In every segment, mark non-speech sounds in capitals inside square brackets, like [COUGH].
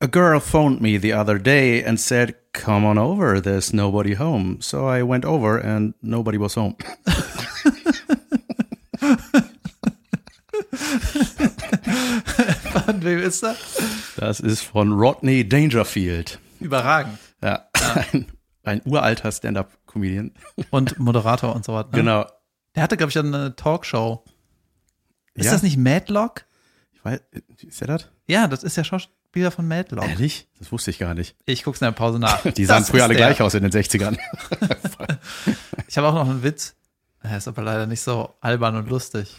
A girl phoned me the other day and said, Come on over, there's nobody home. So I went over and nobody was home. [LAUGHS] Von wem ist das? Das ist von Rodney Dangerfield. Überragend. Ja, [LAUGHS] Ein, ein uralter Stand-up-Comedian. Und Moderator und so was. Ne? Genau. Der hatte, glaube ich, eine Talkshow. Ist Ja. das nicht Madlock? Ich weiß, ist der das? Ja, das ist der Schauspieler von Madlock. Ehrlich? Das wusste ich gar nicht. Ich guck's in der Pause nach. Äh. [LAUGHS] Die sahen Das früher ist alle der. gleich aus in den 60ern. Ich habe auch noch einen Witz. Er ist aber leider nicht so albern und lustig.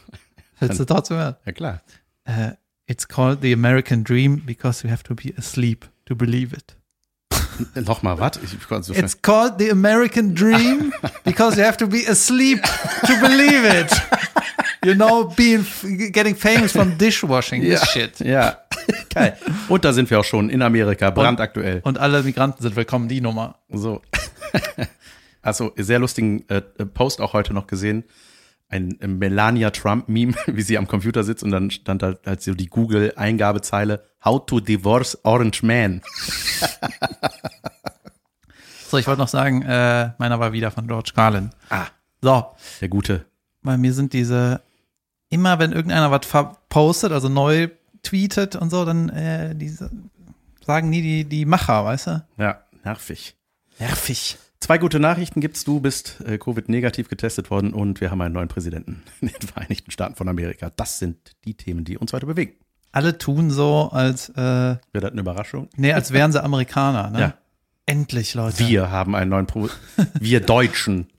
Willst du trotzdem hören? [LAUGHS] Ja, klar. Äh, it's called the American Dream because you have to be asleep to believe it. Nochmal, was? Ich konnte so schnell. It's called the [LAUGHS] American Dream because you have to be asleep to believe it. You know, being getting famous from dishwashing is shit. Ja, [LAUGHS] geil. Und da sind wir auch schon in Amerika, brandaktuell. Und alle Migranten sind willkommen, die Nummer. So. [LAUGHS] Also, sehr lustigen äh, Post auch heute noch gesehen. Ein äh, Melania Trump-Meme, [LAUGHS] wie sie am Computer sitzt und dann stand da halt so die Google-Eingabezeile How to divorce Orange Man. So, ich wollte noch sagen, äh, meiner war wieder von George Carlin. Ah, So, der gute. bei mir sind diese, immer wenn irgendeiner was postet, also neu tweetet und so, dann äh, diese, sagen nie die, die Macher, weißt du? Ja, nervig. Nervig. Zwei gute Nachrichten gibt's. Du bist äh, Covid-negativ getestet worden und wir haben einen neuen Präsidenten [LAUGHS] in den Vereinigten Staaten von Amerika. Das sind die Themen, die uns heute bewegen. Alle tun so, als, äh, Wäre das eine Überraschung? nee, als wären sie Amerikaner, ne? Ja. Endlich, Leute. Wir haben einen neuen Pro Wir Deutschen.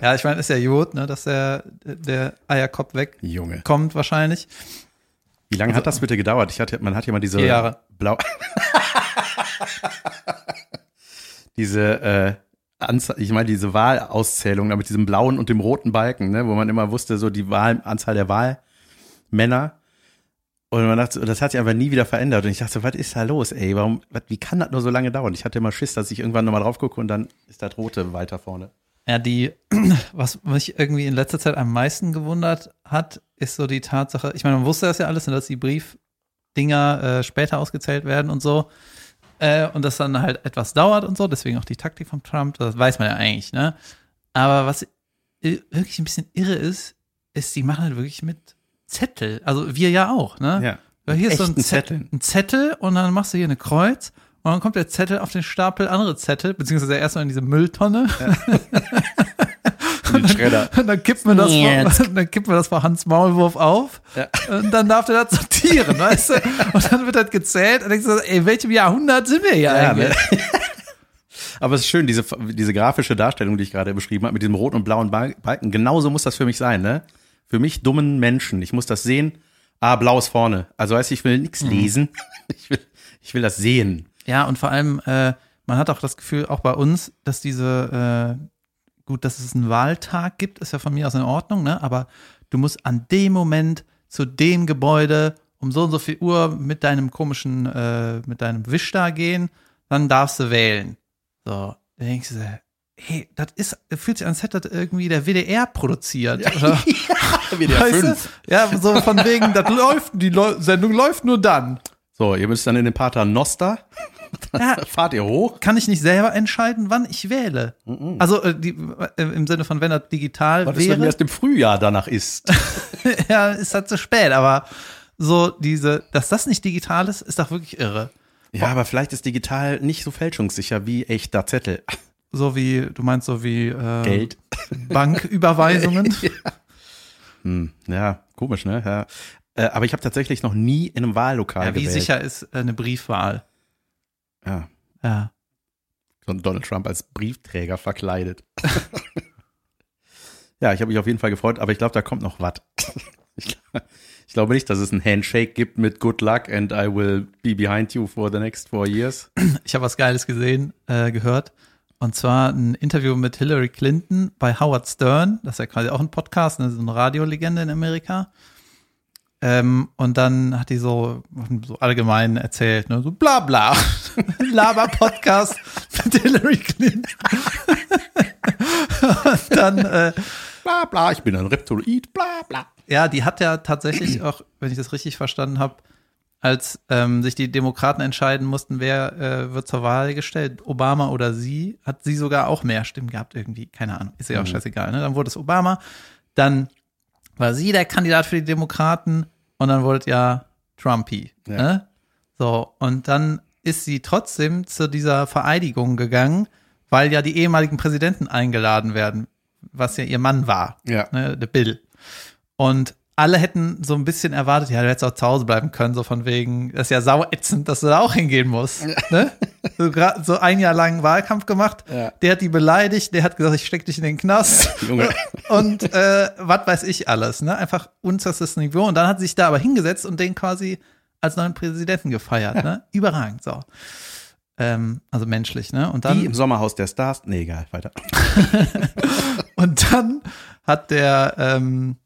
Ja, ich meine, ist ja gut, ne, dass der, der Eierkopf wegkommt Junge. wahrscheinlich. Wie lange hat das bitte gedauert? Ich hatte, man hat ja mal diese Also- Vier Jahre. blau [LAUGHS] diese äh, Anzahl, ich meine diese Wahlauszählung da mit diesem blauen und dem roten Balken, ne, wo man immer wusste so die Wahl, Anzahl der Wahlmänner und man dachte, das hat sich einfach nie wieder verändert und ich dachte, was ist da los, ey? Warum was, wie kann das nur so lange dauern? Ich hatte immer Schiss, dass ich irgendwann nochmal drauf gucke und dann ist das rote weiter vorne. Ja, die, [CLEARS THROAT] was mich irgendwie in letzter Zeit am meisten gewundert hat, ist so die Tatsache, ich meine, man wusste das ja alles, und dass die Briefdinger äh, später ausgezählt werden und so. Äh, und das dann halt etwas dauert und so, deswegen auch die Taktik von Trump, das weiß man ja eigentlich, ne? Aber was i- wirklich ein bisschen irre ist, ist, die machen halt wirklich mit Zettel. Also wir ja auch, ne? Ja. Weil hier ist so ein Echten Zettel, Zetteln. ein Zettel und dann machst du hier eine Kreuz und dann kommt der Zettel auf den Stapel andere Zettel, beziehungsweise erstmal in diese Mülltonne [LAUGHS] Und den Schredder. und dann kippt man das, Jetzt. vor, [LAUGHS] dann kippt man das vor Hans Maulwurf auf Ja. und dann darf der das sortieren, weißt du? Und dann wird das gezählt und denkst du, ey, in welchem Jahrhundert sind wir hier Ja, ne? eigentlich? [LAUGHS] Aber es ist schön, diese, diese grafische Darstellung, die ich gerade beschrieben habe, mit diesem roten und blauen Ba- Balken. Genauso muss das für mich sein, ne? Für mich dummen Menschen. Ich muss das sehen. Ah, blau ist vorne. Also heißt, ich will nichts lesen. [LAUGHS] Ich will, ich will das sehen. Ja, und vor allem, äh, man hat auch das Gefühl, auch bei uns, dass diese, äh, gut, dass es einen Wahltag gibt, ist ja von mir aus in Ordnung, ne? Aber du musst an dem Moment zu dem Gebäude um so und so viel Uhr mit deinem komischen, äh, mit deinem Wisch da gehen, dann darfst du wählen. So, da denkst du, dir, hey, das ist, fühlt sich an, als hätte das irgendwie der WDR produziert. Oder? Weißt du? Ja, so von wegen, das [LAUGHS] läuft, die Leu Sendung läuft nur dann. So, ihr müsst dann in den Pater Noster. Ja, Fahrt ihr hoch. kann ich nicht selber entscheiden, wann ich wähle. Also äh, die, äh, im Sinne von, wenn das digital Was ist, wenn ihr wäre, erst im Frühjahr danach ist? [LAUGHS] ja, ist das zu spät. Aber so diese, dass das nicht digital ist, ist doch wirklich irre. [LAUGHS] Ja, aber vielleicht ist digital nicht so fälschungssicher wie echter Zettel. So wie, du meinst so wie äh, Geld. [LAUGHS] Banküberweisungen. Hm, Ja, komisch, ne? Ja. Äh, Aber ich habe tatsächlich noch nie in einem Wahllokal ja, wie gewählt. sicher ist äh, eine Briefwahl? Ja. Ja. und Donald Trump als Briefträger verkleidet. [LAUGHS] ja, ich habe mich auf jeden Fall gefreut, aber ich glaube, da kommt noch was. [LAUGHS] ich, glaub- ich glaube nicht, dass es einen Handshake gibt mit Good Luck and I will be behind you for the next four years. Ich habe was Geiles gesehen, äh, gehört. Und zwar ein Interview mit Hillary Clinton bei Howard Stern. Das ist ja quasi auch ein Podcast, ne, so eine Radiolegende in Amerika. Ähm, und dann hat die so, so allgemein erzählt, ne, so bla bla. [LAUGHS] Laber-Podcast mit Hillary Clinton. [LAUGHS] und dann äh, Bla bla, ich bin ein Reptiloid, bla bla. [CLEARS THROAT] ja, die hat ja tatsächlich auch, wenn ich das richtig verstanden habe, als ähm, sich die Demokraten entscheiden mussten, wer äh, wird zur Wahl gestellt, Obama oder sie, hat sie sogar auch mehr Stimmen gehabt irgendwie. Keine Ahnung, ist ja auch Mhm. scheißegal. Ne? Dann wurde es Obama, dann war sie der Kandidat für die Demokraten und dann wurde ja Trumpy. Ja. Ne? So, und dann ist sie trotzdem zu dieser Vereidigung gegangen, weil ja die ehemaligen Präsidenten eingeladen werden, was ja ihr Mann war Ja. ne, der Bill. Und alle hätten so ein bisschen erwartet, ja, du hättest auch zu Hause bleiben können, so von wegen, das ist ja sauätzend, dass du da auch hingehen musst. Ne? So, gra- so ein Jahr lang Wahlkampf gemacht, Ja. der hat die beleidigt, der hat gesagt, ich steck dich in den Knast [LAUGHS] Junge. und äh, was weiß ich alles, ne? Einfach unterstes Niveau. Und dann hat sie sich da aber hingesetzt und den quasi als neuen Präsidenten gefeiert, ne? Überragend, so. Ähm, also menschlich, ne? Und dann Die im Sommerhaus der Stars. Nee, egal, weiter. [LAUGHS] Und dann hat der, ähm,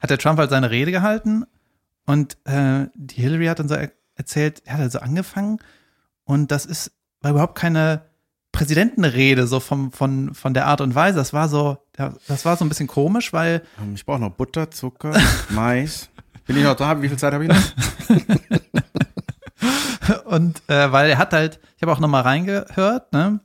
hat der Trump halt seine Rede gehalten und äh, die Hillary hat dann so er erzählt, er hat also angefangen und das ist, war überhaupt keine Präsidentenrede, so vom, von, von der Art und Weise. Das war so, ja, das war so ein bisschen komisch, weil Ähm, Ich brauche noch Butter, Zucker, [LAUGHS] Mais. Bin ich noch da? Wie viel Zeit habe ich noch? Und äh, weil er hat halt, ich habe auch nochmal reingehört, ne?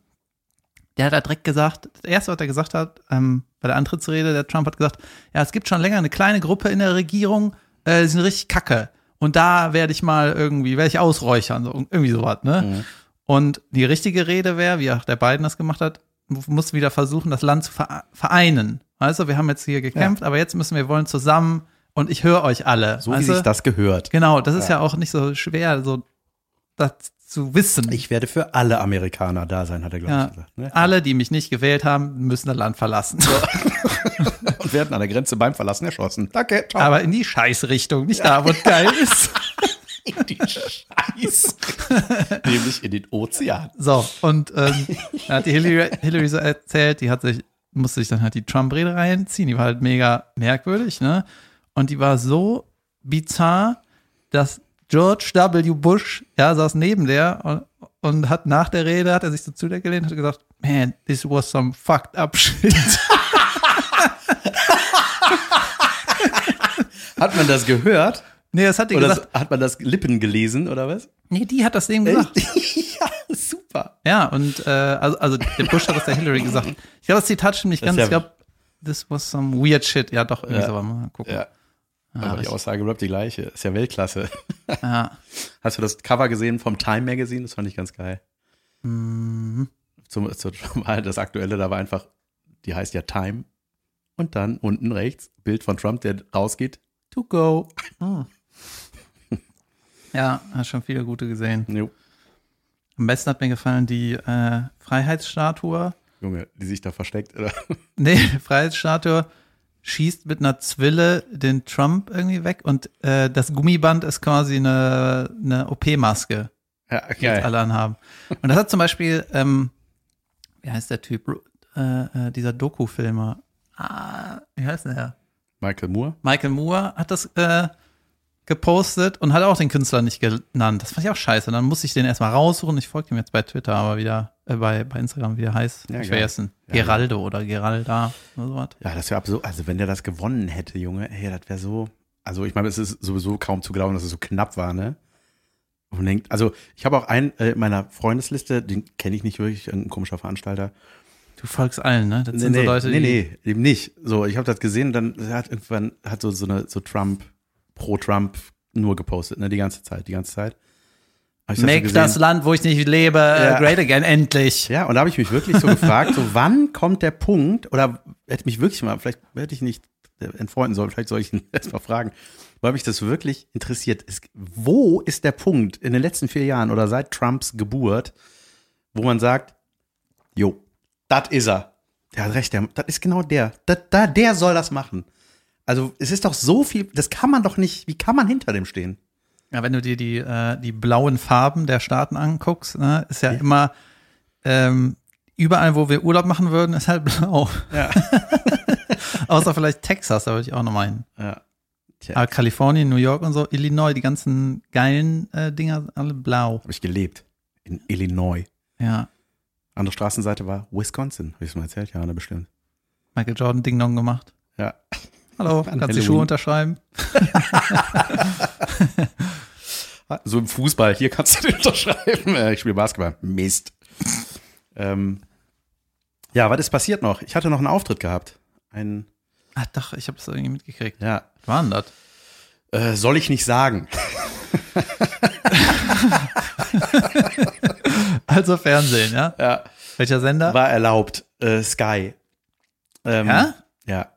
Der hat halt direkt gesagt, das erste, was er gesagt hat, ähm, bei der Antrittsrede, der Trump hat gesagt, ja, es gibt schon länger eine kleine Gruppe in der Regierung, äh, die sind richtig kacke. Und da werde ich mal irgendwie, werde ich ausräuchern, so, irgendwie sowas, ne? Mhm. Und die richtige Rede wäre, wie auch der Biden das gemacht hat, mu- muss wieder versuchen, das Land zu ver- vereinen. Weißt du, wir haben jetzt hier gekämpft, aber jetzt müssen wir wollen zusammen und ich höre euch alle. So wie weißt du? sich das gehört. Genau, das ist ja auch nicht so schwer, so das zu wissen. Ich werde für alle Amerikaner da sein, hat er, glaube ja. ich, gesagt. Ne? Alle, die mich nicht gewählt haben, müssen das Land verlassen. Und werden an der Grenze beim Verlassen erschossen. Danke, ciao. [LAUGHS] Aber in die Scheißrichtung, nicht da, wo es geil ist. in [LAUGHS] die [LAUGHS] Scheiß. Nämlich in den Ozean. So, und ähm, da hat die Hillary, Hillary so erzählt, die hat sich, musste sich dann halt die Trump-Rede reinziehen, die war halt mega merkwürdig, ne? Und die war so bizarr, dass George W. Bush, ja, saß neben der und, und hat nach der Rede, hat er sich so zu der gelehnt und hat gesagt, man, this was some fucked up shit. Hat man das gehört? nee, das hat die Oder gesagt. hat man das Lippen gelesen oder was? Nee, die hat das dem gesagt. [LAUGHS] ja, super. Ja, und äh, also, also der Bush hat das der [LAUGHS] Hillary gesagt. Ich glaube, das Zitat stimmt nicht Das ist ganz. Ich ja- glaube, this was some weird shit. Ja, doch, irgendwie Ja. so, aber mal gucken. Ja. Ah, Aber die richtig. Aussage bleibt die gleiche. Ist ja Weltklasse. Ja. Hast du das Cover gesehen vom Time Magazine? Das fand ich ganz geil. Mhm. Zum, [LAUGHS] zur Wahl, das aktuelle, da war einfach, die heißt ja Time. Und dann unten rechts, Bild von Trump, der rausgeht. To go. Mhm. Ja, hast schon viele gute gesehen. Jo. Am besten hat mir gefallen die äh, Freiheitsstatue. [LAUGHS] Junge, die sich da versteckt. Oder? [LAUGHS] Nee, Freiheitsstatue schießt mit einer Zwille den Trump irgendwie weg und äh, das Gummiband ist quasi eine, eine OP-Maske. Ja, die jetzt geil. alle anhaben. Und das hat zum Beispiel, ähm, wie heißt der Typ, Ru- äh, äh, dieser Doku-Filmer, ah, wie heißt denn der? Michael Moore. Michael Moore hat das äh, gepostet und hat auch den Künstler nicht genannt. Das fand ich auch scheiße. Dann musste ich den erstmal raussuchen. Ich folge ihm jetzt bei Twitter, aber wieder, äh, bei, bei Instagram, wie der heißt. Ja, ich geil. vergessen. Ja. Geraldo oder Geralda oder sowas. Ja, das wäre absurd. Also, wenn der das gewonnen hätte, Junge, ey, das wäre so. Also, ich meine, es ist sowieso kaum zu glauben, dass es so knapp war, ne? Und man denkt, also, ich habe auch einen äh, in meiner Freundesliste, den kenne ich nicht wirklich, ein komischer Veranstalter. Du folgst allen, ne? Das Nee, sind nee, so Leute, nee, die. nee, eben nicht. So, ich habe das gesehen und dann hat irgendwann hat so, so eine so Trump, pro Trump nur gepostet, ne? Die ganze Zeit, die ganze Zeit. Hab ich so Make gesehen. das Land, wo ich nicht lebe, äh, Ja. great again, endlich. Ja, und da habe ich mich wirklich so gefragt, so wann kommt der Punkt, oder hätte mich wirklich mal, vielleicht hätte ich nicht äh, entfreunden sollen, vielleicht soll ich ihn [LAUGHS] erst mal fragen, weil mich das wirklich interessiert. Es, wo ist der Punkt in den letzten vier Jahren oder seit Trumps Geburt, wo man sagt, jo, das ist er. Der hat recht, das ist genau der. Dat, da, der soll das machen. Also es ist doch so viel, das kann man doch nicht, wie kann man hinter dem stehen? Ja, wenn du dir die, äh, die blauen Farben der Staaten anguckst, ne, ist ja, immer ähm, überall, wo wir Urlaub machen würden, ist halt [LAUGHS] blau. Ja. Außer vielleicht Texas, da würde ich auch noch meinen. Ja. Tja, Aber habe Kalifornien, New York und so, Illinois, die ganzen geilen äh, Dinger, sind alle blau. ich gelebt. In Illinois. Ja. Andere Straßenseite war Wisconsin. Habe ich es mal erzählt? Ja, ne, bestimmt. Michael Jordan Ding Dong gemacht. Ja. Hallo, An kannst die Halloween. Schuhe unterschreiben? Was? So im Fußball, hier kannst du den [LAUGHS] unterschreiben. Äh, Ich spiele Basketball. Mist. ähm, ja, was ist passiert noch? Ich hatte noch einen Auftritt gehabt. Ein, Ach Ah, doch, ich habe das irgendwie mitgekriegt. ja, Was war denn das? äh, soll ich nicht sagen. Also Fernsehen, ja? Ja, Welcher [LAUGHS] Sender? war erlaubt. Äh, Sky. Ähm, ja? Ja.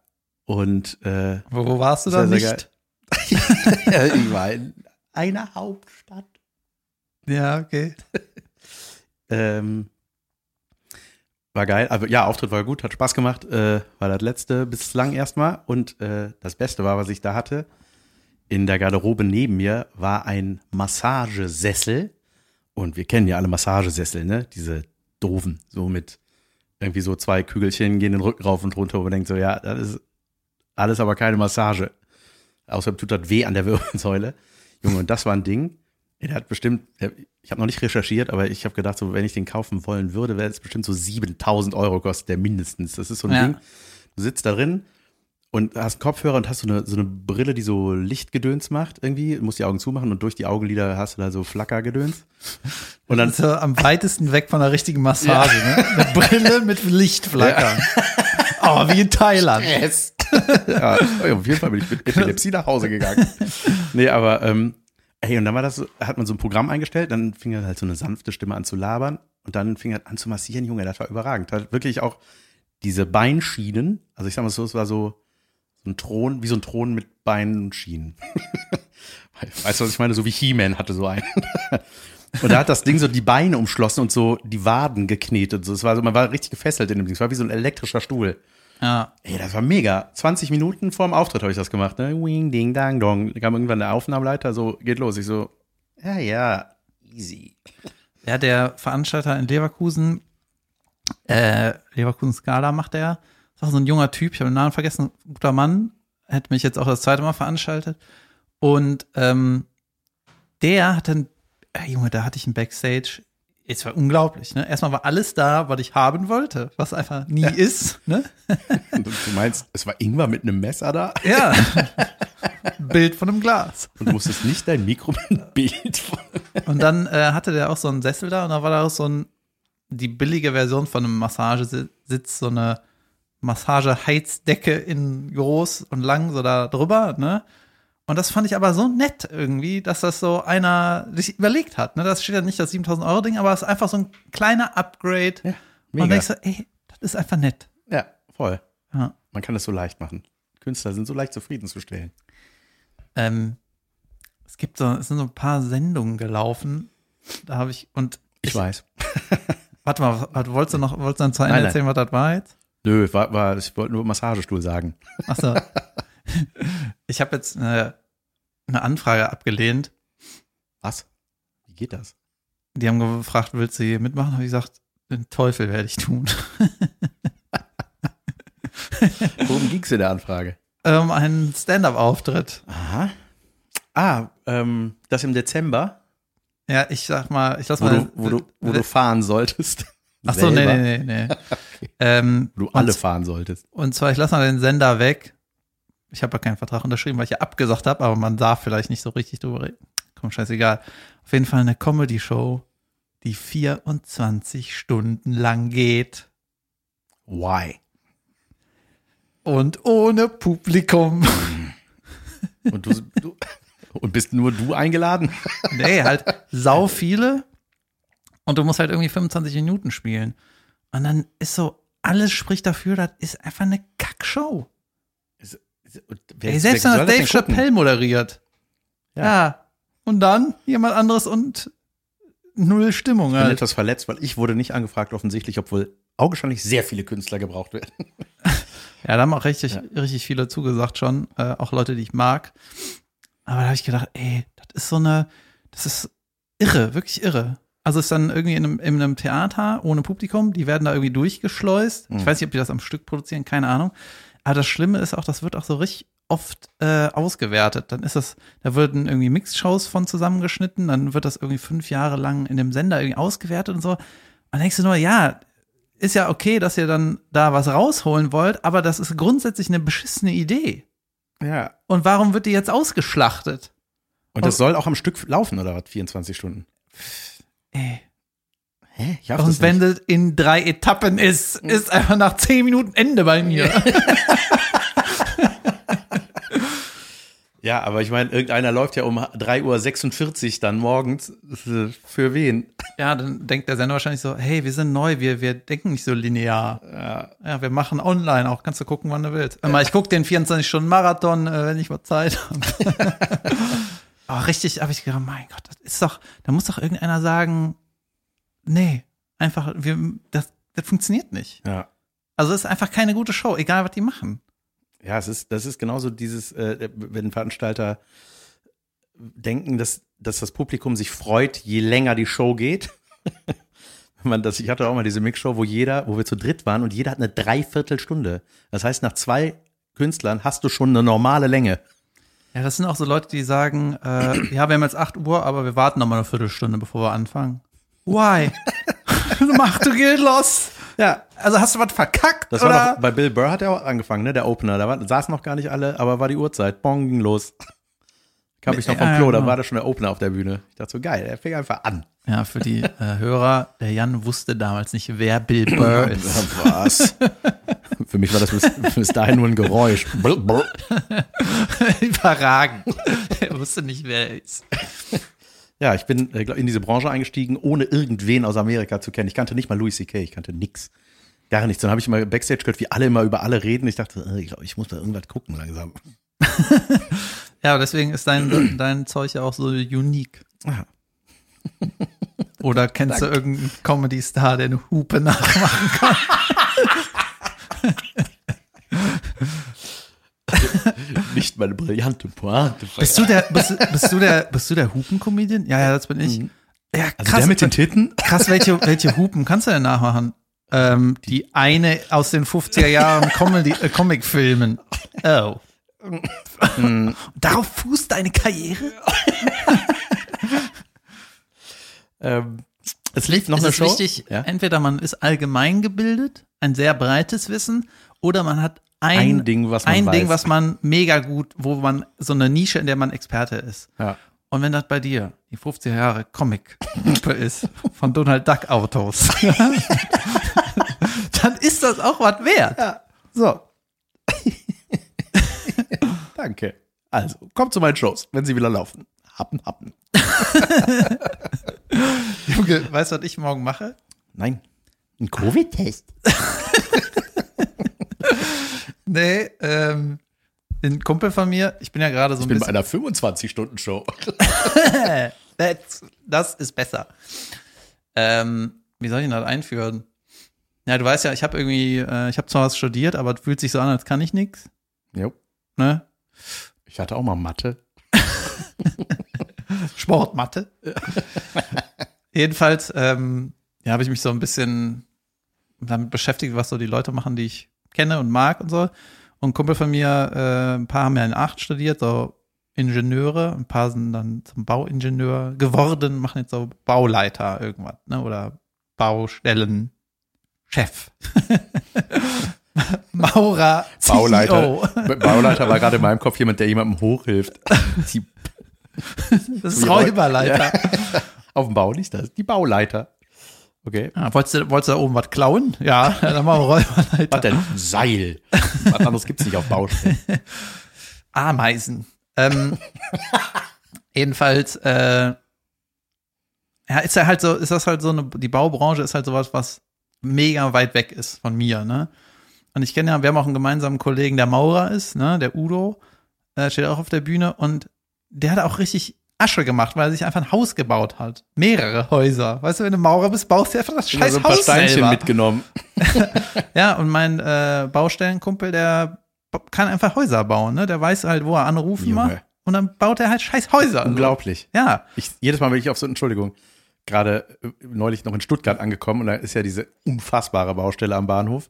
Und äh, Wo, wo warst du da Sehr, sehr nicht? [LAUGHS] ich war in einer Hauptstadt. Ja, okay. Ähm, war geil. Aber ja, Auftritt war gut, hat Spaß gemacht. Äh, war das letzte bislang erstmal. Und äh, das Beste war, was ich da hatte. In der Garderobe neben mir war ein Massagesessel. Und wir kennen ja alle Massagesessel, ne? Diese doofen, so mit irgendwie so zwei Kügelchen gehen den Rücken rauf und runter. Und man denkt so, ja, das ist alles aber keine Massage. Außerdem tut das weh an der Wirbelsäule. Junge, und das war ein Ding. Ey, Der hat bestimmt, der- ich habe noch nicht recherchiert, aber ich habe gedacht, so, wenn ich den kaufen wollen würde, wäre es bestimmt so 7000 Euro kostet, der mindestens. Das ist so ein Ja. Ding. Du sitzt da drin und hast einen Kopfhörer und hast so eine, so eine Brille, die so Lichtgedöns macht irgendwie. Du musst die Augen zumachen und durch die Augenlider hast du da so Flackergedöns. Und dann Das ist ja am weitesten weg von einer richtigen Massage, ne? Eine Brille mit Lichtflackern. Oh, wie in Thailand. Yes. [LAUGHS] ja, auf jeden Fall bin ich mit Epilepsie nach Hause gegangen. Nee, aber ähm, ey, und dann war das, so- hat man so ein Programm eingestellt, dann fing halt so eine sanfte Stimme an zu labern und dann fing halt an zu massieren, Junge, das war überragend. Hat wirklich auch diese Beinschienen, also ich sag mal so, es war so, so ein Thron, wie so ein Thron mit Beinen und Schienen. [LAUGHS] weißt du, was ich meine? So wie He-Man hatte so einen. [LAUGHS] Und da hat das Ding so die Beine umschlossen und so die Waden geknetet. So, es war so, man war richtig gefesselt in dem Ding. Es war wie so ein elektrischer Stuhl. Ja. Ey, das war mega. 20 Minuten vor dem Auftritt habe ich das gemacht, ne? Wing, ding, dang, dong. Da kam irgendwann der Aufnahmeleiter, so, geht los. Ich so, ja, ja, easy. Ja, der Veranstalter in Leverkusen, äh, Leverkusen Skala macht er. Ist auch so ein junger Typ, ich habe den Namen vergessen, guter Mann, hätte mich jetzt auch das zweite Mal veranstaltet. Und ähm, der hat dann, äh, Junge, da hatte ich einen Backstage. Es war unglaublich, ne? Erstmal war alles da, was ich haben wollte, was einfach nie ist, ne? Und [LAUGHS] du meinst, es war Ingwer mit einem Messer da? Ja. Bild von einem Glas. Und du musstest nicht dein Mikro mit einem Bild von. Und dann äh, hatte der auch so einen Sessel da und da war da auch so ein, die billige Version von einem Massagesitz, so eine Massageheizdecke in groß und lang so da drüber, ne? Und das fand ich aber so nett irgendwie, dass das so einer sich überlegt hat, ne? Das steht ja nicht das 7000 Euro Ding, aber es ist einfach so ein kleiner Upgrade. Ja, mega. Man denkt so, ey, das ist einfach nett. Ja, voll. Ja. Man kann das so leicht machen. Künstler sind so leicht zufriedenzustellen. Ähm, es gibt so, es sind so ein paar Sendungen gelaufen, da habe ich und Ich, weiß. Warte mal, was, wolltest du noch, wolltest du dann zu Ende Nein, nein. erzählen, was das war jetzt? Nö, war, war, ich wollte nur Massagestuhl sagen. [LAUGHS] Achso. ich habe jetzt eine, eine Anfrage abgelehnt. Was? Wie geht das? Die haben gefragt, willst du hier mitmachen? Habe ich gesagt, den Teufel werde ich tun. [LAUGHS] Worum ging's in der Anfrage? ähm, einen Stand-up-Auftritt. Aha. Ah, ähm, das im Dezember, Ja, ich sag mal, ich lass wo mal. du, wo du, wo du fahren solltest. Ach so, nee, Selber. nee, nee, [LAUGHS] nee. ähm, Wo du alle und, fahren solltest. und zwar, ich lasse mal den Sender weg. Ich habe ja keinen Vertrag unterschrieben, weil ich ja abgesagt habe, aber man darf vielleicht nicht so richtig drüber reden. Komm, scheißegal. Auf jeden Fall eine Comedy-Show, die 24 Stunden lang geht. Why? und ohne Publikum. Und, du, du, [LAUGHS] und bist nur du eingeladen? nee, halt sau viele. Und du musst halt irgendwie 25 Minuten spielen. Und dann ist so, alles spricht dafür, das ist einfach eine Kackshow. Und wer- Ey, selbst wenn soll das Dave denn gucken? Chappelle moderiert. Ja. Ja. Und dann jemand anderes und null Ich Stimmung bin halt. etwas verletzt, weil ich wurde nicht angefragt, offensichtlich, obwohl augenscheinlich sehr viele Künstler gebraucht werden. Ja, da haben auch richtig, Ja. richtig viele zugesagt schon, äh, auch Leute, die ich mag. Aber da habe ich gedacht, ey, das ist so eine, das ist irre, wirklich irre. Also ist dann irgendwie in einem, in einem Theater ohne Publikum, die werden da irgendwie durchgeschleust. Mhm. Ich weiß nicht, ob die das am Stück produzieren, keine Ahnung. Aber das Schlimme ist auch, das wird auch so richtig oft äh, ausgewertet. Dann ist das, da würden irgendwie Mixshows von zusammengeschnitten, dann wird das irgendwie fünf Jahre lang in dem Sender irgendwie ausgewertet und so. Und dann denkst du nur, ja, ist ja okay, dass ihr dann da was rausholen wollt, aber das ist grundsätzlich eine beschissene Idee. Ja. Und warum wird die jetzt ausgeschlachtet? Und das Aus- soll auch am Stück laufen, oder was? 24 Stunden. Äh. Ey. Hä? Ich hoffe das Und wenn nicht. Hm. das in drei Etappen ist, ist einfach nach zehn Minuten Ende [LAUGHS] bei mir. Ja, aber ich meine, irgendeiner läuft ja um 3.46 Uhr dann morgens. Das ist, äh, Für wen? Ja, dann denkt der Sender wahrscheinlich so, hey, wir sind neu, wir, wir denken nicht so linear. Ja. wir machen online auch, kannst du gucken, wann du willst. Mal, ich gucke den 24-Stunden-Marathon, äh, wenn ich mal Zeit habe. Aber richtig, habe ich gedacht, mein Gott, das ist doch, da muss doch irgendeiner sagen, nee, einfach, wir, das, das funktioniert nicht. Ja. Also es ist einfach keine gute Show, egal was die machen. Ja, es ist, das ist genauso dieses, äh, wenn Veranstalter denken, dass, dass das Publikum sich freut, je länger die Show geht. [LAUGHS] Man, das, ich hatte auch mal diese Mixshow, wo jeder, wo wir zu dritt waren und jeder hat eine Dreiviertelstunde. Das heißt, nach zwei Künstlern hast du schon eine normale Länge. Ja, das sind auch so Leute, die sagen, äh, ja, wir haben jetzt 8 Uhr, aber wir warten noch mal eine Viertelstunde, bevor wir anfangen. Why? [LAUGHS] Mach du Geld los. Ja. Also hast du was verkackt, Das oder? war doch, bei Bill Burr hat er auch angefangen, ne? Der Opener. Da war, saßen noch gar nicht alle, aber war die Uhrzeit. Bong ging los. Kam ich noch vom Ja, Klo, da genau. war da schon der Opener auf der Bühne. Ich dachte so, geil, er fing einfach an. ja, für die äh, Hörer, der Jan wusste damals nicht, wer [CLEARS THROAT] Bill Burr ist. [LAUGHS] Was? [LAUGHS] Für mich war das bis, bis dahin nur ein Geräusch. Brr, brr. Überragend. er wusste nicht, wer er ist. Ja, ich bin äh, glaub, in diese Branche eingestiegen, ohne irgendwen aus Amerika zu kennen. Ich kannte nicht mal Louis C.K., ich kannte nix. Gar nichts. Dann habe ich mal Backstage gehört, wie alle immer über alle reden. Ich dachte, äh, ich glaube, ich muss da irgendwas gucken langsam. Ja, aber deswegen ist dein, dein Zeug ja auch so unique. Ja. [LAUGHS] Oder kennst du irgendeinen Comedy-Star, der eine Hupe nachmacht? Nicht meine brillante Pointe. Bist du der, bist, bist du [LAUGHS] der, bist du der Hupen-Comedian? Ja, ja, das bin ich. Ja, krass. Also der mit den Titten? Krass, welche, welche Hupen kannst du denn nachmachen? Ähm, die eine aus den 50er Jahren Comedy, äh, Comic-Filmen. Oh. Hm. Darauf fußt deine Karriere? Ähm, es lief noch Es eine ist Show. wichtig, ja? entweder man ist allgemein gebildet, ein sehr breites Wissen, oder man hat ein, Ein Ding, was man ein Ding, weiß. was man mega gut, wo man so eine Nische, in der man Experte ist. Ja. Und wenn das bei dir die 50er Jahre [LAUGHS] Comic ist von Donald Duck Autos, [LAUGHS] dann ist das auch was wert. So. [LAUGHS] Danke. Also, kommt zu meinen Shows, wenn sie wieder laufen. Happen, happen. Junge, weißt du, was ich morgen mache? Nein. Ein Covid-Test. Nee, ähm, ein Kumpel von mir, ich bin ja gerade so ein Ich bin bei bisschen. einer 25-Stunden-Show. Das, das ist besser. Ähm, wie soll ich denn das einführen? Ja, du weißt ja, ich habe irgendwie, äh, ich habe zwar was studiert, aber es fühlt sich so an, als kann ich nichts. jo. Ne? Ich hatte auch mal Mathe. Sportmatte. [LAUGHS] Jedenfalls, ähm, ja, habe ich mich so ein bisschen damit beschäftigt, was so die Leute machen, die ich kenne und mag und so. Und ein Kumpel von mir, äh, ein paar haben ja in Acht studiert, so Ingenieure, ein paar sind dann zum Bauingenieur geworden, machen jetzt so Bauleiter irgendwas, ne? Oder Baustellenchef. [LAUGHS] Maurer. E CEO. Bauleiter. Ba- Bauleiter war gerade in meinem Kopf jemand, der jemandem hochhilft. Die, Das ist Räuberleiter. auf dem Bau liegt das. Die Bauleiter. Okay. Ja, Ah, wolltest, du, wolltest du da oben was klauen? Ja, dann machen wir Räuberleiter. Was denn? Seil. Was anderes gibt es nicht auf Baustellen. Ameisen. [LAUGHS] Ähm, jedenfalls, äh, ja, ist ja halt so, ist das halt so eine, die Baubranche ist halt sowas, was mega weit weg ist von mir, ne? Und ich kenne ja, wir haben auch einen gemeinsamen Kollegen, der Maurer ist, ne? Der Udo, äh, steht auch auf der Bühne und der hat auch richtig Asche gemacht, weil er sich einfach ein Haus gebaut hat. Mehrere Häuser. Weißt du, wenn du Maurer bist, baust du einfach das Immer scheiß so ein paar Haus Steinchen selber. mitgenommen. Ja, und mein äh, Baustellenkumpel, der ba- kann einfach Häuser bauen, ne? Der weiß halt, wo er anrufen Junge. macht. Und dann baut er halt scheiß Häuser. Unglaublich. Also, ja. Ich, jedes Mal, wenn ich auf so, Entschuldigung, gerade äh, neulich noch in Stuttgart angekommen und da ist ja diese unfassbare Baustelle am Bahnhof.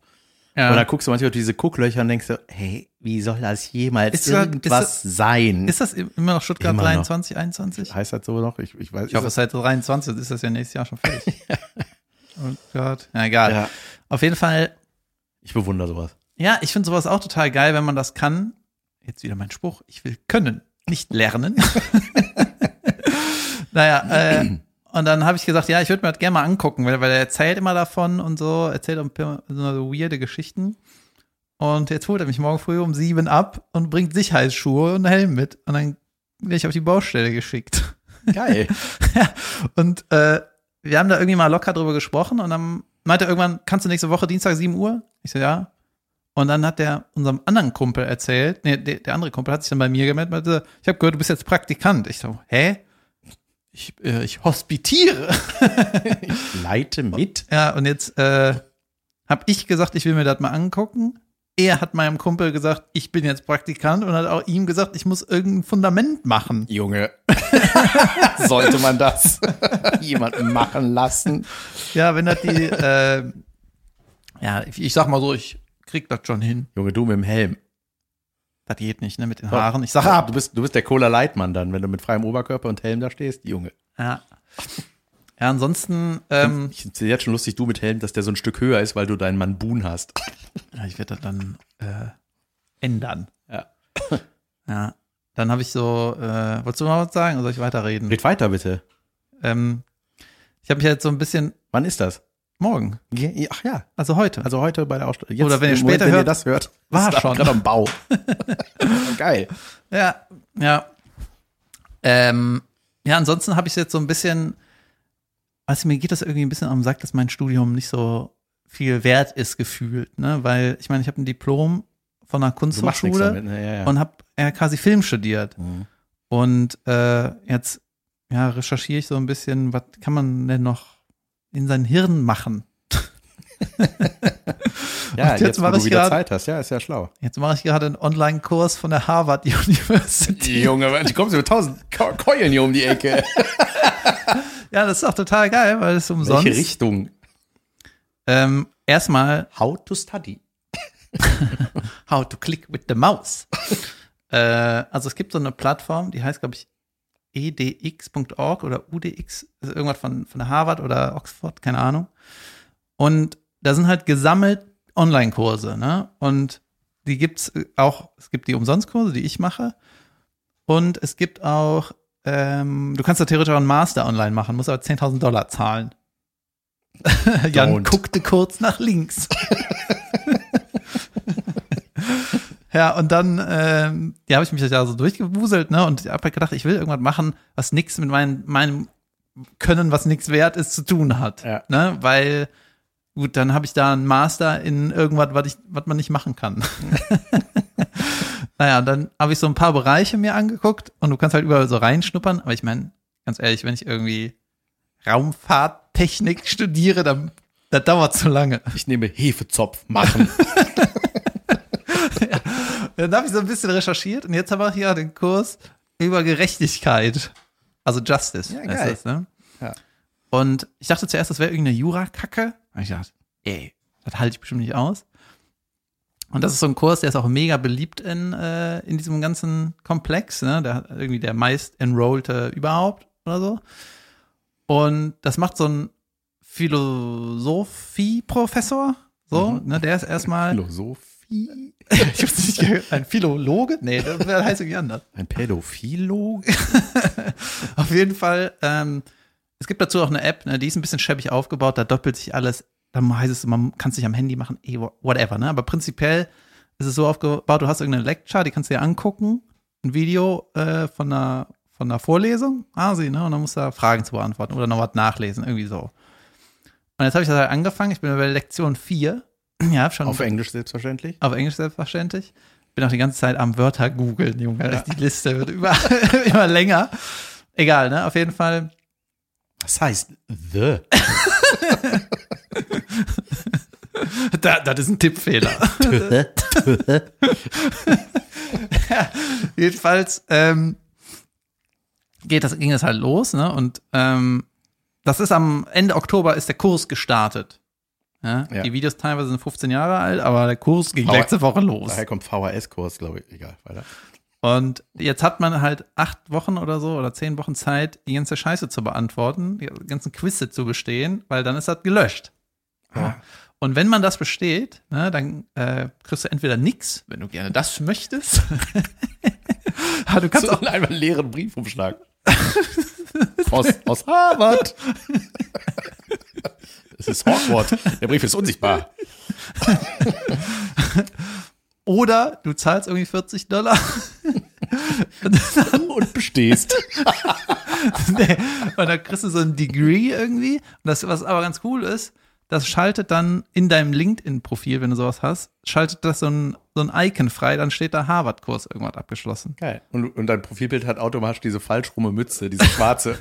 Und da ja. guckst du manchmal auf diese Gucklöcher und denkst so, hey, wie soll das jemals Ist das- irgendwas sein? Ist das im- immer noch Stuttgart Immer noch. 23, 21? heißt das so noch? Ich, ich weiß Ich hoffe, halt ist seit 23 ist das ja nächstes Jahr [LAUGHS] schon fertig. oh Gott. Na egal. Ja. Auf jeden Fall, Ich bewundere sowas. ja, ich finde sowas auch total geil, wenn man das kann. Jetzt wieder mein Spruch, ich will können, nicht lernen. [LAUGHS] Naja, äh, und dann habe ich gesagt, ja, ich würde mir das gerne mal angucken, weil, weil er erzählt immer davon und so, erzählt immer so weirde Geschichten. Und jetzt holt er mich morgen früh um sieben ab und bringt Sicherheitsschuhe und einen Helm mit. Und dann werde ich auf die Baustelle geschickt. [LAUGHS] Geil. ja, und äh, wir haben da irgendwie mal locker drüber gesprochen und dann meinte er irgendwann, kannst du nächste Woche Dienstag 7 Uhr? Ich so, ja. Und dann hat der unserem anderen Kumpel erzählt, nee, der, der andere Kumpel hat sich dann bei mir gemeldet, meinte, ich habe gehört, du bist jetzt Praktikant. Ich so, hä? Ich, äh, ich hospitiere. [LAUGHS] Leite mit. ja, und jetzt äh, habe ich gesagt, ich will mir das mal angucken. Er hat meinem Kumpel gesagt, ich bin jetzt Praktikant und hat auch ihm gesagt, ich muss irgendein Fundament machen. [LAUGHS] Junge. Sollte man das jemanden machen lassen? Ja, wenn das die, äh, ja, ich, ich sag mal so, ich krieg das schon hin. Junge, du mit dem Helm. Das geht nicht, ne, mit den Haaren. Ich sag Ach, ab. du bist, du bist der Cola-Leitmann dann, wenn du mit freiem Oberkörper und Helm da stehst, Junge. Ja. Ja, ansonsten, ähm, Ich finde jetzt schon lustig, du mit Helm, dass der so ein Stück höher ist, weil du deinen Manbun hast. ja, ich werde das dann äh, ändern. [COUGHS] Ja. Ja. Dann habe ich so, äh, wolltest du noch was sagen oder soll ich weiterreden? Red weiter bitte. Ähm, ich habe mich jetzt so ein bisschen Wann ist das? morgen, Ge- Ach ja, also heute. also heute bei der Ausstellung. Oder wenn ihr später wenn ihr hört, das hört, war ist da schon. gerade am [LAUGHS] Bau. Geil. Ja, ja. Ähm, ja, ansonsten habe ich jetzt so ein bisschen, weißt du, mir geht das irgendwie ein bisschen am Sack, dass mein Studium nicht so viel wert ist gefühlt, ne? Weil ich meine, ich habe ein Diplom von einer Du machst Also nichts Kunsthochschule damit. ne? Ja, ja. und habe ja quasi Film studiert. Mhm. Und äh, jetzt ja, recherchiere ich so ein bisschen, was kann man denn noch in sein Hirn machen? ja jetzt jetzt, jetzt wo war du ich wieder gerade- Zeit hast, ja, ist ja schlau. Jetzt mache ich gerade einen Online-Kurs von der Harvard [LAUGHS] University. Junge, die kommst du mit tausend Ko- Keulen hier um die Ecke. Ja, das ist auch total geil, weil es ist [LAUGHS] umsonst. Welche Richtung? Ähm, erstmal How to study. How to click with the mouse. äh, also es gibt so eine Plattform, die heißt, glaube ich, E edx.org oder udx, also irgendwas von, von der Harvard oder Oxford, keine Ahnung. Und da sind halt gesammelt Online-Kurse, ne? Und die gibt's äh, auch, es gibt die Umsonstkurse, die ich mache. Und es gibt auch, ähm, du kannst da theoretisch auch einen Master online machen, musst aber 10.000 Dollar zahlen. [LAUGHS] Jan Don't. guckte kurz nach links. [LAUGHS] Ja, und dann ähm, ja, habe ich mich da so durchgewuselt, ne? Und habe halt gedacht, ich will irgendwas machen, was nichts mit meinem, meinem Können, was nichts wert ist, zu tun hat. Ja. Ne? Weil, gut, dann habe ich da einen Master in irgendwas, was ich, was man nicht machen kann. naja, und dann habe ich so ein paar Bereiche mir angeguckt und du kannst halt überall so reinschnuppern, aber ich meine, ganz ehrlich, wenn ich irgendwie Raumfahrttechnik [LAUGHS] studiere, dann das dauert zu lange. Ich nehme Hefezopf [LAUGHS] machen. Dann habe ich so ein bisschen recherchiert und jetzt habe ich hier den Kurs über Gerechtigkeit. Also Justice Ja, heißt geil. das, ne? Ja. Und ich dachte zuerst, das wäre irgendeine Jura-Kacke. Und ich dachte, ey, das halte ich bestimmt nicht aus. Und das ist so ein Kurs, der ist auch mega beliebt in, äh, in diesem ganzen Komplex, ne? Der hat irgendwie der meist enrollte überhaupt oder so. Und das macht so ein Philosophie-Professor. So, Mhm. ne, der ist erstmal Philosophie? [LAUGHS] ich hab's nicht gehört. Ein Philologe? Nee, das wär- heißt irgendwie anders. Ein [LAUGHS] Pädophilog? [LAUGHS] Auf jeden Fall, ähm, es gibt dazu auch eine App, ne, die ist ein bisschen schäbig aufgebaut, da doppelt sich alles. Dann heißt es, man kann es sich am Handy machen, eh, whatever, ne? Aber prinzipiell ist es so aufgebaut, du hast irgendeine Lecture, die kannst du dir angucken, ein Video äh, von einer von einer Vorlesung, quasi, ne? Und dann musst du da Fragen zu beantworten oder noch was nachlesen, irgendwie so. Und jetzt habe ich das halt angefangen, ich bin bei Lektion 4. [CLEARS THROAT] Ja, hab schon Auf Englisch selbstverständlich. Auf Englisch selbstverständlich. Bin auch die ganze Zeit am Wörter googeln, Junge. Die Liste wird über, immer [LAUGHS] länger. Egal, ne? Auf jeden Fall. Das heißt the. Da, das ist ein Tippfehler. [LAUGHS] [LAUGHS] Jedenfalls ähm, geht das, ging das halt los, ne? Und ähm, das ist am Ende Oktober ist der Kurs gestartet. Ja, Ja. Die Videos teilweise sind 15 Jahre alt, aber der Kurs ging Aber- letzte Woche los. Daher kommt VHS-Kurs, glaube ich. Egal, weiter. Und jetzt hat man halt acht Wochen oder so oder zehn Wochen Zeit, die ganze Scheiße zu beantworten, die ganzen Quizze zu bestehen, weil dann ist das gelöscht. So. Und wenn man das besteht, ne, dann äh, kriegst du entweder nix, wenn du gerne das [LAUGHS] möchtest. Ah, du kannst auch einfach einen leeren Briefumschlag. aus, aus Harvard. Es ist Hogwarts. Der Brief ist unsichtbar. Oder du zahlst irgendwie 40 Dollar. Und bestehst. [LAUGHS] nee. Und dann kriegst du so ein Degree irgendwie. Und das, was aber ganz cool ist, das schaltet dann in deinem LinkedIn-Profil, wenn du sowas hast, schaltet das so ein, so ein Icon frei, dann steht da Harvard-Kurs irgendwas abgeschlossen. Geil. Und, und dein Profilbild hat automatisch diese falsch rumme Mütze, diese schwarze.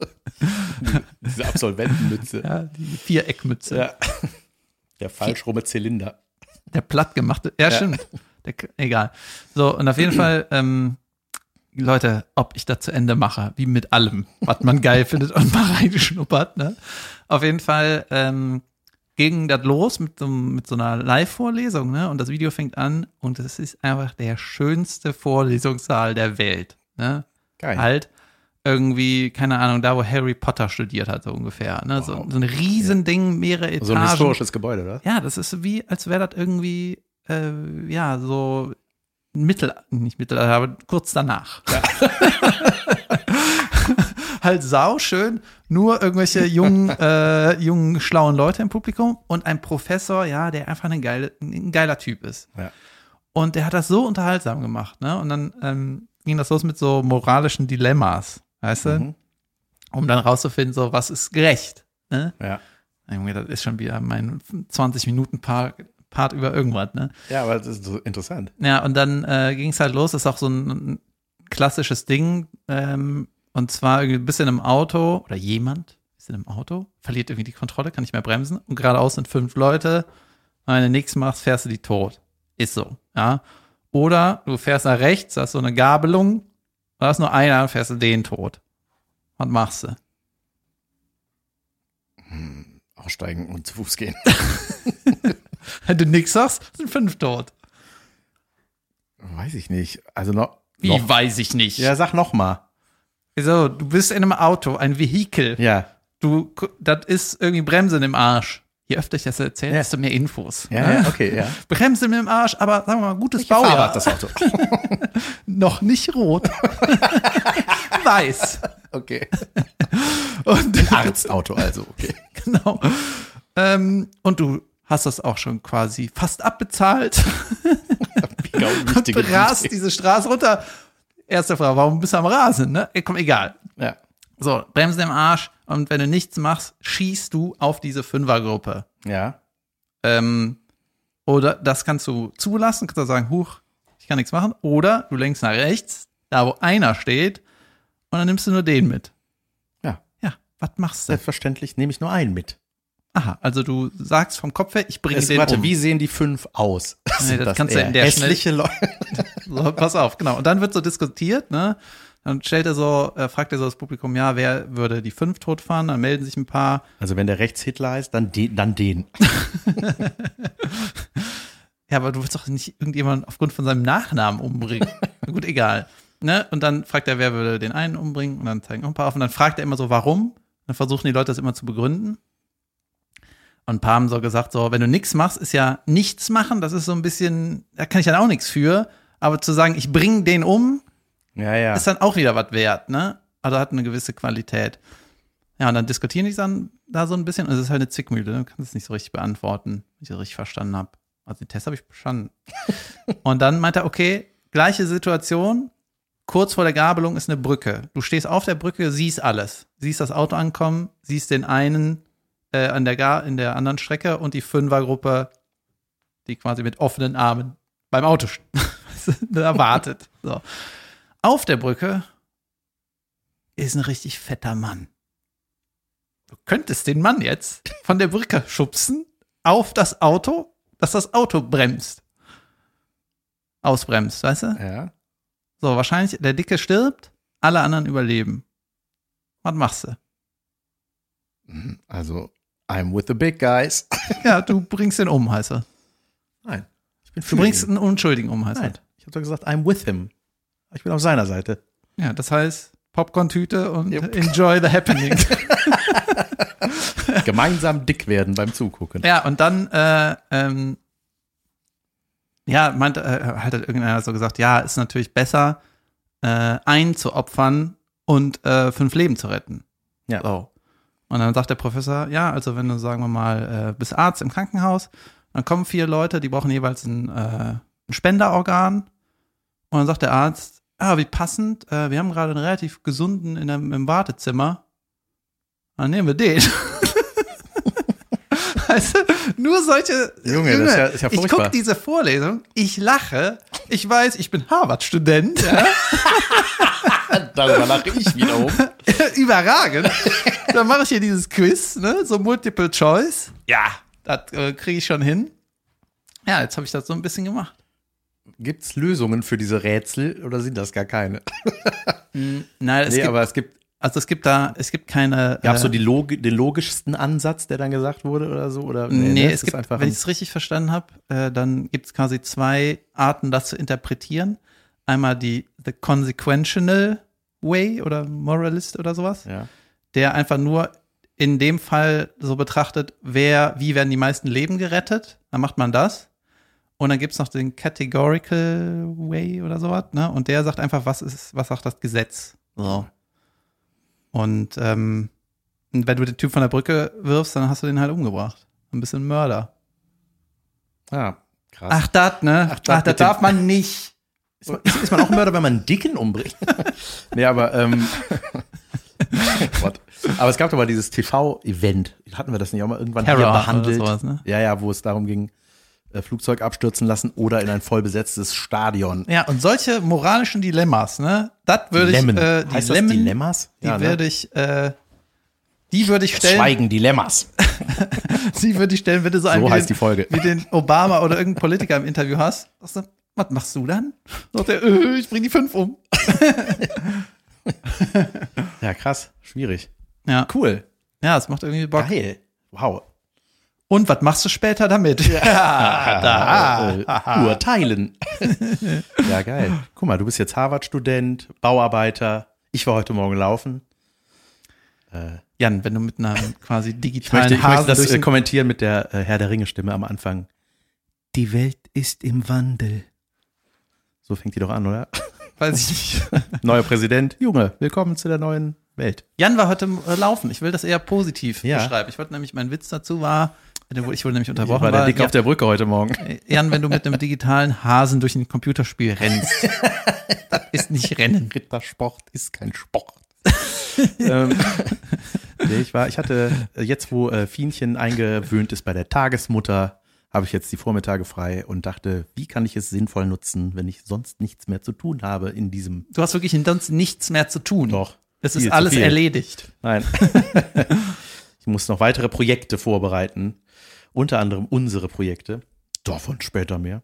[LAUGHS] diese Absolventenmütze. Ja, die Viereckmütze. Ja. Der falsch rumme Zylinder. Der plattgemachte. Ja, stimmt. Der, K- egal. So, und auf jeden Fall, ähm, Leute, ob ich das zu Ende mache, wie mit allem, was man geil findet und [LAUGHS] mal reingeschnuppert, ne? Auf jeden Fall ähm, ging das los mit so, mit so einer Live-Vorlesung, ne? Und das Video fängt an und es ist einfach der schönste Vorlesungssaal der Welt, ne? Geil. Halt irgendwie, keine Ahnung, da wo Harry Potter studiert hat, so ungefähr, ne? So, so ein Riesending, mehrere Etagen. So ein historisches Gebäude, oder? Ja, das ist wie, als wäre das irgendwie, äh, ja, so Mittel, nicht Mittelalter, aber kurz danach. [LAUGHS] halt sauschön, nur [LAUGHS] irgendwelche jungen, äh, jungen, schlauen Leute im Publikum und ein Professor, ja, der einfach ein, geile, ein geiler Typ ist. Ja. Und der hat das so unterhaltsam gemacht, ne? Und dann ähm, ging das los mit so moralischen Dilemmas, weißt du? Mhm. Um dann rauszufinden, so, was ist gerecht, ne? Ja. Junge, das ist schon wieder mein 20-Minuten-Part Part über irgendwas, ne? ja, aber das ist so interessant. Ja, und dann äh, ging es halt los, das ist auch so ein, ein klassisches Ding. Ähm, und zwar irgendwie ein bisschen im Auto oder jemand ist in einem Auto, verliert irgendwie die Kontrolle, kann nicht mehr bremsen und geradeaus sind fünf Leute. Und wenn du nichts machst, fährst du die tot. Ist so, ja. Oder du fährst nach rechts, hast so eine Gabelung, da ist nur einer und fährst du den tot. Was machst du? Aussteigen und zu Fuß gehen. Wenn du nichts sagst, sind fünf tot. Weiß ich nicht. Also noch. Wie noch. weiß ich nicht. Ja, sag noch mal. Wieso? Du bist in einem Auto, ein Vehikel. Ja. Du, das ist irgendwie Bremsen im Arsch. Je öfter ich das erzähle, Ja. desto mehr Infos. Ja, ja, okay, ja. Bremsen im Arsch, aber sagen wir mal, gutes Fahrrad, Baujahr. das [LAUGHS] Auto. Noch nicht rot. [LAUGHS] Weiß. Okay. Und, Arztauto, also, [LAUGHS] okay. genau. Ähm, und du hast das auch schon quasi fast abbezahlt. Mega Genau, unwichtige Rast Idee. diese Straße runter. Erste Frage, warum bist du am Rasen? Ne? Ey, Komm, egal. Ja. So, Bremsen im Arsch. Und wenn du nichts machst, schießt du auf diese Fünfergruppe. Ja. Ähm, oder das kannst du zulassen, kannst du sagen, huch, ich kann nichts machen. Oder du lenkst nach rechts, da wo einer steht, und dann nimmst du nur den mit. Ja. Ja, was machst du? Selbstverständlich nehme ich nur einen mit. Aha, also du sagst vom Kopf her, ich bringe Es, den warte, um. wie sehen die fünf aus? [LAUGHS] Sind das kannst du eher in der schnell- hässliche Leute. So, pass auf, genau. Und dann wird so diskutiert, ne? Dann stellt er so, äh, fragt er so das Publikum, ja, wer würde die fünf totfahren? Dann melden sich ein paar. [LAUGHS] Also wenn der rechts Hitler ist, dann den, dann den. Ja, aber du willst doch nicht irgendjemanden aufgrund von seinem Nachnamen umbringen. Na Gut, egal. Ne? Und dann fragt er, wer würde den einen umbringen? Und dann zeigen noch ein paar auf. Und dann fragt er immer so, warum? Dann versuchen die Leute das immer zu begründen. Und ein paar haben so gesagt, so, wenn du nichts machst, ist ja nichts machen. Das ist so ein bisschen, da kann ich dann auch nichts für. Aber zu sagen, ich bringe den um, Ja, ja. ist dann auch wieder was wert, ne? Also hat eine gewisse Qualität. Ja, und dann diskutieren die dann da so ein bisschen. Und es ist halt eine Zickmühle. Du kannst es nicht so richtig beantworten, wenn ich das richtig verstanden habe. Also den Test habe ich [LAUGHS] bestanden. und dann meint er, okay, gleiche Situation. Kurz vor der Gabelung ist eine Brücke. Du stehst auf der Brücke, siehst alles. Siehst das Auto ankommen, siehst den einen äh, an der Gar in der anderen Strecke und die Fünfergruppe, die quasi mit offenen Armen beim Auto st- [LAUGHS] da wartet. So. Auf der Brücke ist ein richtig fetter Mann. Du könntest den Mann jetzt von der Brücke schubsen auf das Auto, dass das Auto bremst. Ausbremst, weißt du? ja. So, wahrscheinlich der Dicke stirbt, alle anderen überleben. Was machst [LAUGHS] du? Also, I'm with the big guys. Ja, du bringst den um, heißt er. Nein. Ich bin für Du bringst ihn. einen Unschuldigen um, heißt er. Nein. Ich habe doch gesagt, I'm with him. Ich bin auf seiner Seite. [LAUGHS] Ja, das heißt Popcorn-Tüte und Jupp. enjoy the [LAUGHS] happening. Gemeinsam dick werden beim Zugucken. Ja, und dann, äh, ähm, ja, meint, äh, hat halt irgendeiner so gesagt, ja, ist natürlich besser, äh, einen zu opfern und äh, fünf Leben zu retten. Ja. So. Und dann sagt der Professor, ja, also wenn du, sagen wir mal, äh, bist Arzt im Krankenhaus, dann kommen vier Leute, die brauchen jeweils ein, äh, ein Spenderorgan. Und dann sagt der Arzt, ah, wie passend, äh, wir haben gerade einen relativ gesunden in einem, im Wartezimmer. Dann nehmen wir den. [LAUGHS] weißt du, nur solche. Junge, das ist ja- ist ja ich furchtbar. gucke diese Vorlesung, ich lache, ich weiß, ich bin Harvard-Student. Darüber lache ich wiederum. [LAUGHS] Überragend. Dann mache ich hier dieses Quiz, ne? so Multiple Choice. Ja. Das äh, kriege ich schon hin. Ja, jetzt habe ich das so ein bisschen gemacht. Gibt es Lösungen für diese Rätsel oder sind das gar keine? Nein, es nee, gibt, aber es gibt, also es gibt da, es gibt keine. gab es äh, so die Log den logischsten Ansatz, der dann gesagt wurde oder so? Oder, Nee, ne? es ist gibt, einfach wenn ein- ich es richtig verstanden habe, äh, dann gibt es quasi zwei Arten, das zu interpretieren. Einmal die the consequential way oder moralist oder sowas, ja. der einfach nur in dem Fall so betrachtet, wer, wie werden die meisten Leben gerettet, dann macht man das. Und dann gibt es noch den categorical way oder sowas, ne? Und der sagt einfach, was ist, was sagt das Gesetz? So. Und ähm, wenn du den Typ von der Brücke wirfst, dann hast du den halt umgebracht. Ein bisschen Mörder. Ah, krass. Ach, das, ne? Ach, dat das mit dem- darf man nicht. Ist man, ist, ist man auch ein Mörder, wenn man einen Dicken [LAUGHS] umbringt? nee, aber, ähm, [LAUGHS] Gott. aber es gab doch mal dieses TV-Event. Hatten wir das nicht auch mal irgendwann Terror hier oder behandelt? sowas, ne? Ja, ja, wo es darum ging, äh, Flugzeug abstürzen lassen oder in ein vollbesetztes Stadion. Ja, und solche moralischen Dilemmas, ne? Das würde ich, Lemmen. äh, die heißt Lemmen, das Dilemmas? die ja, ne? würde ich, äh, die würde ich Das stellen, Schweigen Dilemmas. die würde ich stellen, wenn du so einen So wie heißt die den, Folge. wie den Obama oder irgendeinen Politiker im Interview hast. Sagst du, was machst du dann? Sagt er, äh, ich bring die fünf um. Ja, krass. Schwierig. Ja, Cool. ja, das macht irgendwie Bock. Geil. Wow. Und was machst du später damit? Ja, äh, [LAUGHS] urteilen. ja, geil. Guck mal, du bist jetzt Harvard-Student, Bauarbeiter. Ich war heute Morgen laufen. Jan, wenn du mit einer quasi Ich möchte, digitalen ich möchte Hasen das äh, durch den- kommentieren mit der äh, Herr der Ringe-Stimme am Anfang. Die Welt ist im Wandel. So fängt die doch an, [LAUGHS] oder? weiß ich nicht. Neuer Präsident, Junge, willkommen zu der neuen Welt. Jan war heute äh, laufen. Ich will das eher positiv Ja. beschreiben. Ich wollte nämlich, mein Witz dazu war, ich wurde nämlich Ich unterbrochen, war der weil, Dick auf der Brücke heute Morgen. ja, Jan, wenn du mit einem digitalen Hasen durch ein [LAUGHS] Computerspiel rennst, das ist nicht Rennen. Rittersport ist kein Sport. ähm, nee, ich war, ich hatte äh, jetzt, wo äh, Fienchen eingewöhnt ist bei der Tagesmutter, habe ich jetzt die Vormittage frei und dachte, wie kann ich es sinnvoll nutzen, wenn ich sonst nichts mehr zu tun habe in diesem Du hast wirklich ansonsten nichts mehr zu tun. Doch. Es Viel ist zu alles viel. erledigt. Nein. [LAUGHS] ich muss noch weitere Projekte vorbereiten. Unter anderem unsere Projekte. Davon später mehr.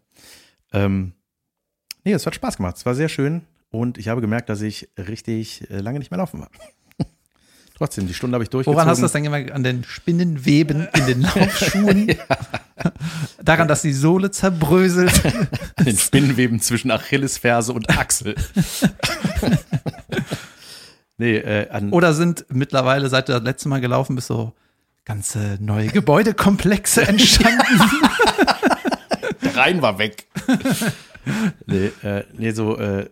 Ähm, nee, es hat Spaß gemacht. Es war sehr schön. Und ich habe gemerkt, dass ich richtig äh, lange nicht mehr laufen war. [LAUGHS] Trotzdem, die Stunde habe ich durchgezogen. Woran hast du das dann gemerkt? An den Spinnenweben in [LAUGHS] den Laufschuhen? Daran, dass die Sohle [LAUGHS] zerbröselt. An den Spinnenweben zwischen Achillesferse und [LAUGHS] Achsel. [LAUGHS] nee, äh, an, Oder sind mittlerweile, seit du das letzte Mal gelaufen bist, so ganze [LAUGHS] neue Gebäudekomplexe entstanden? rein war weg. [LAUGHS] nee, äh, nee, so, äh,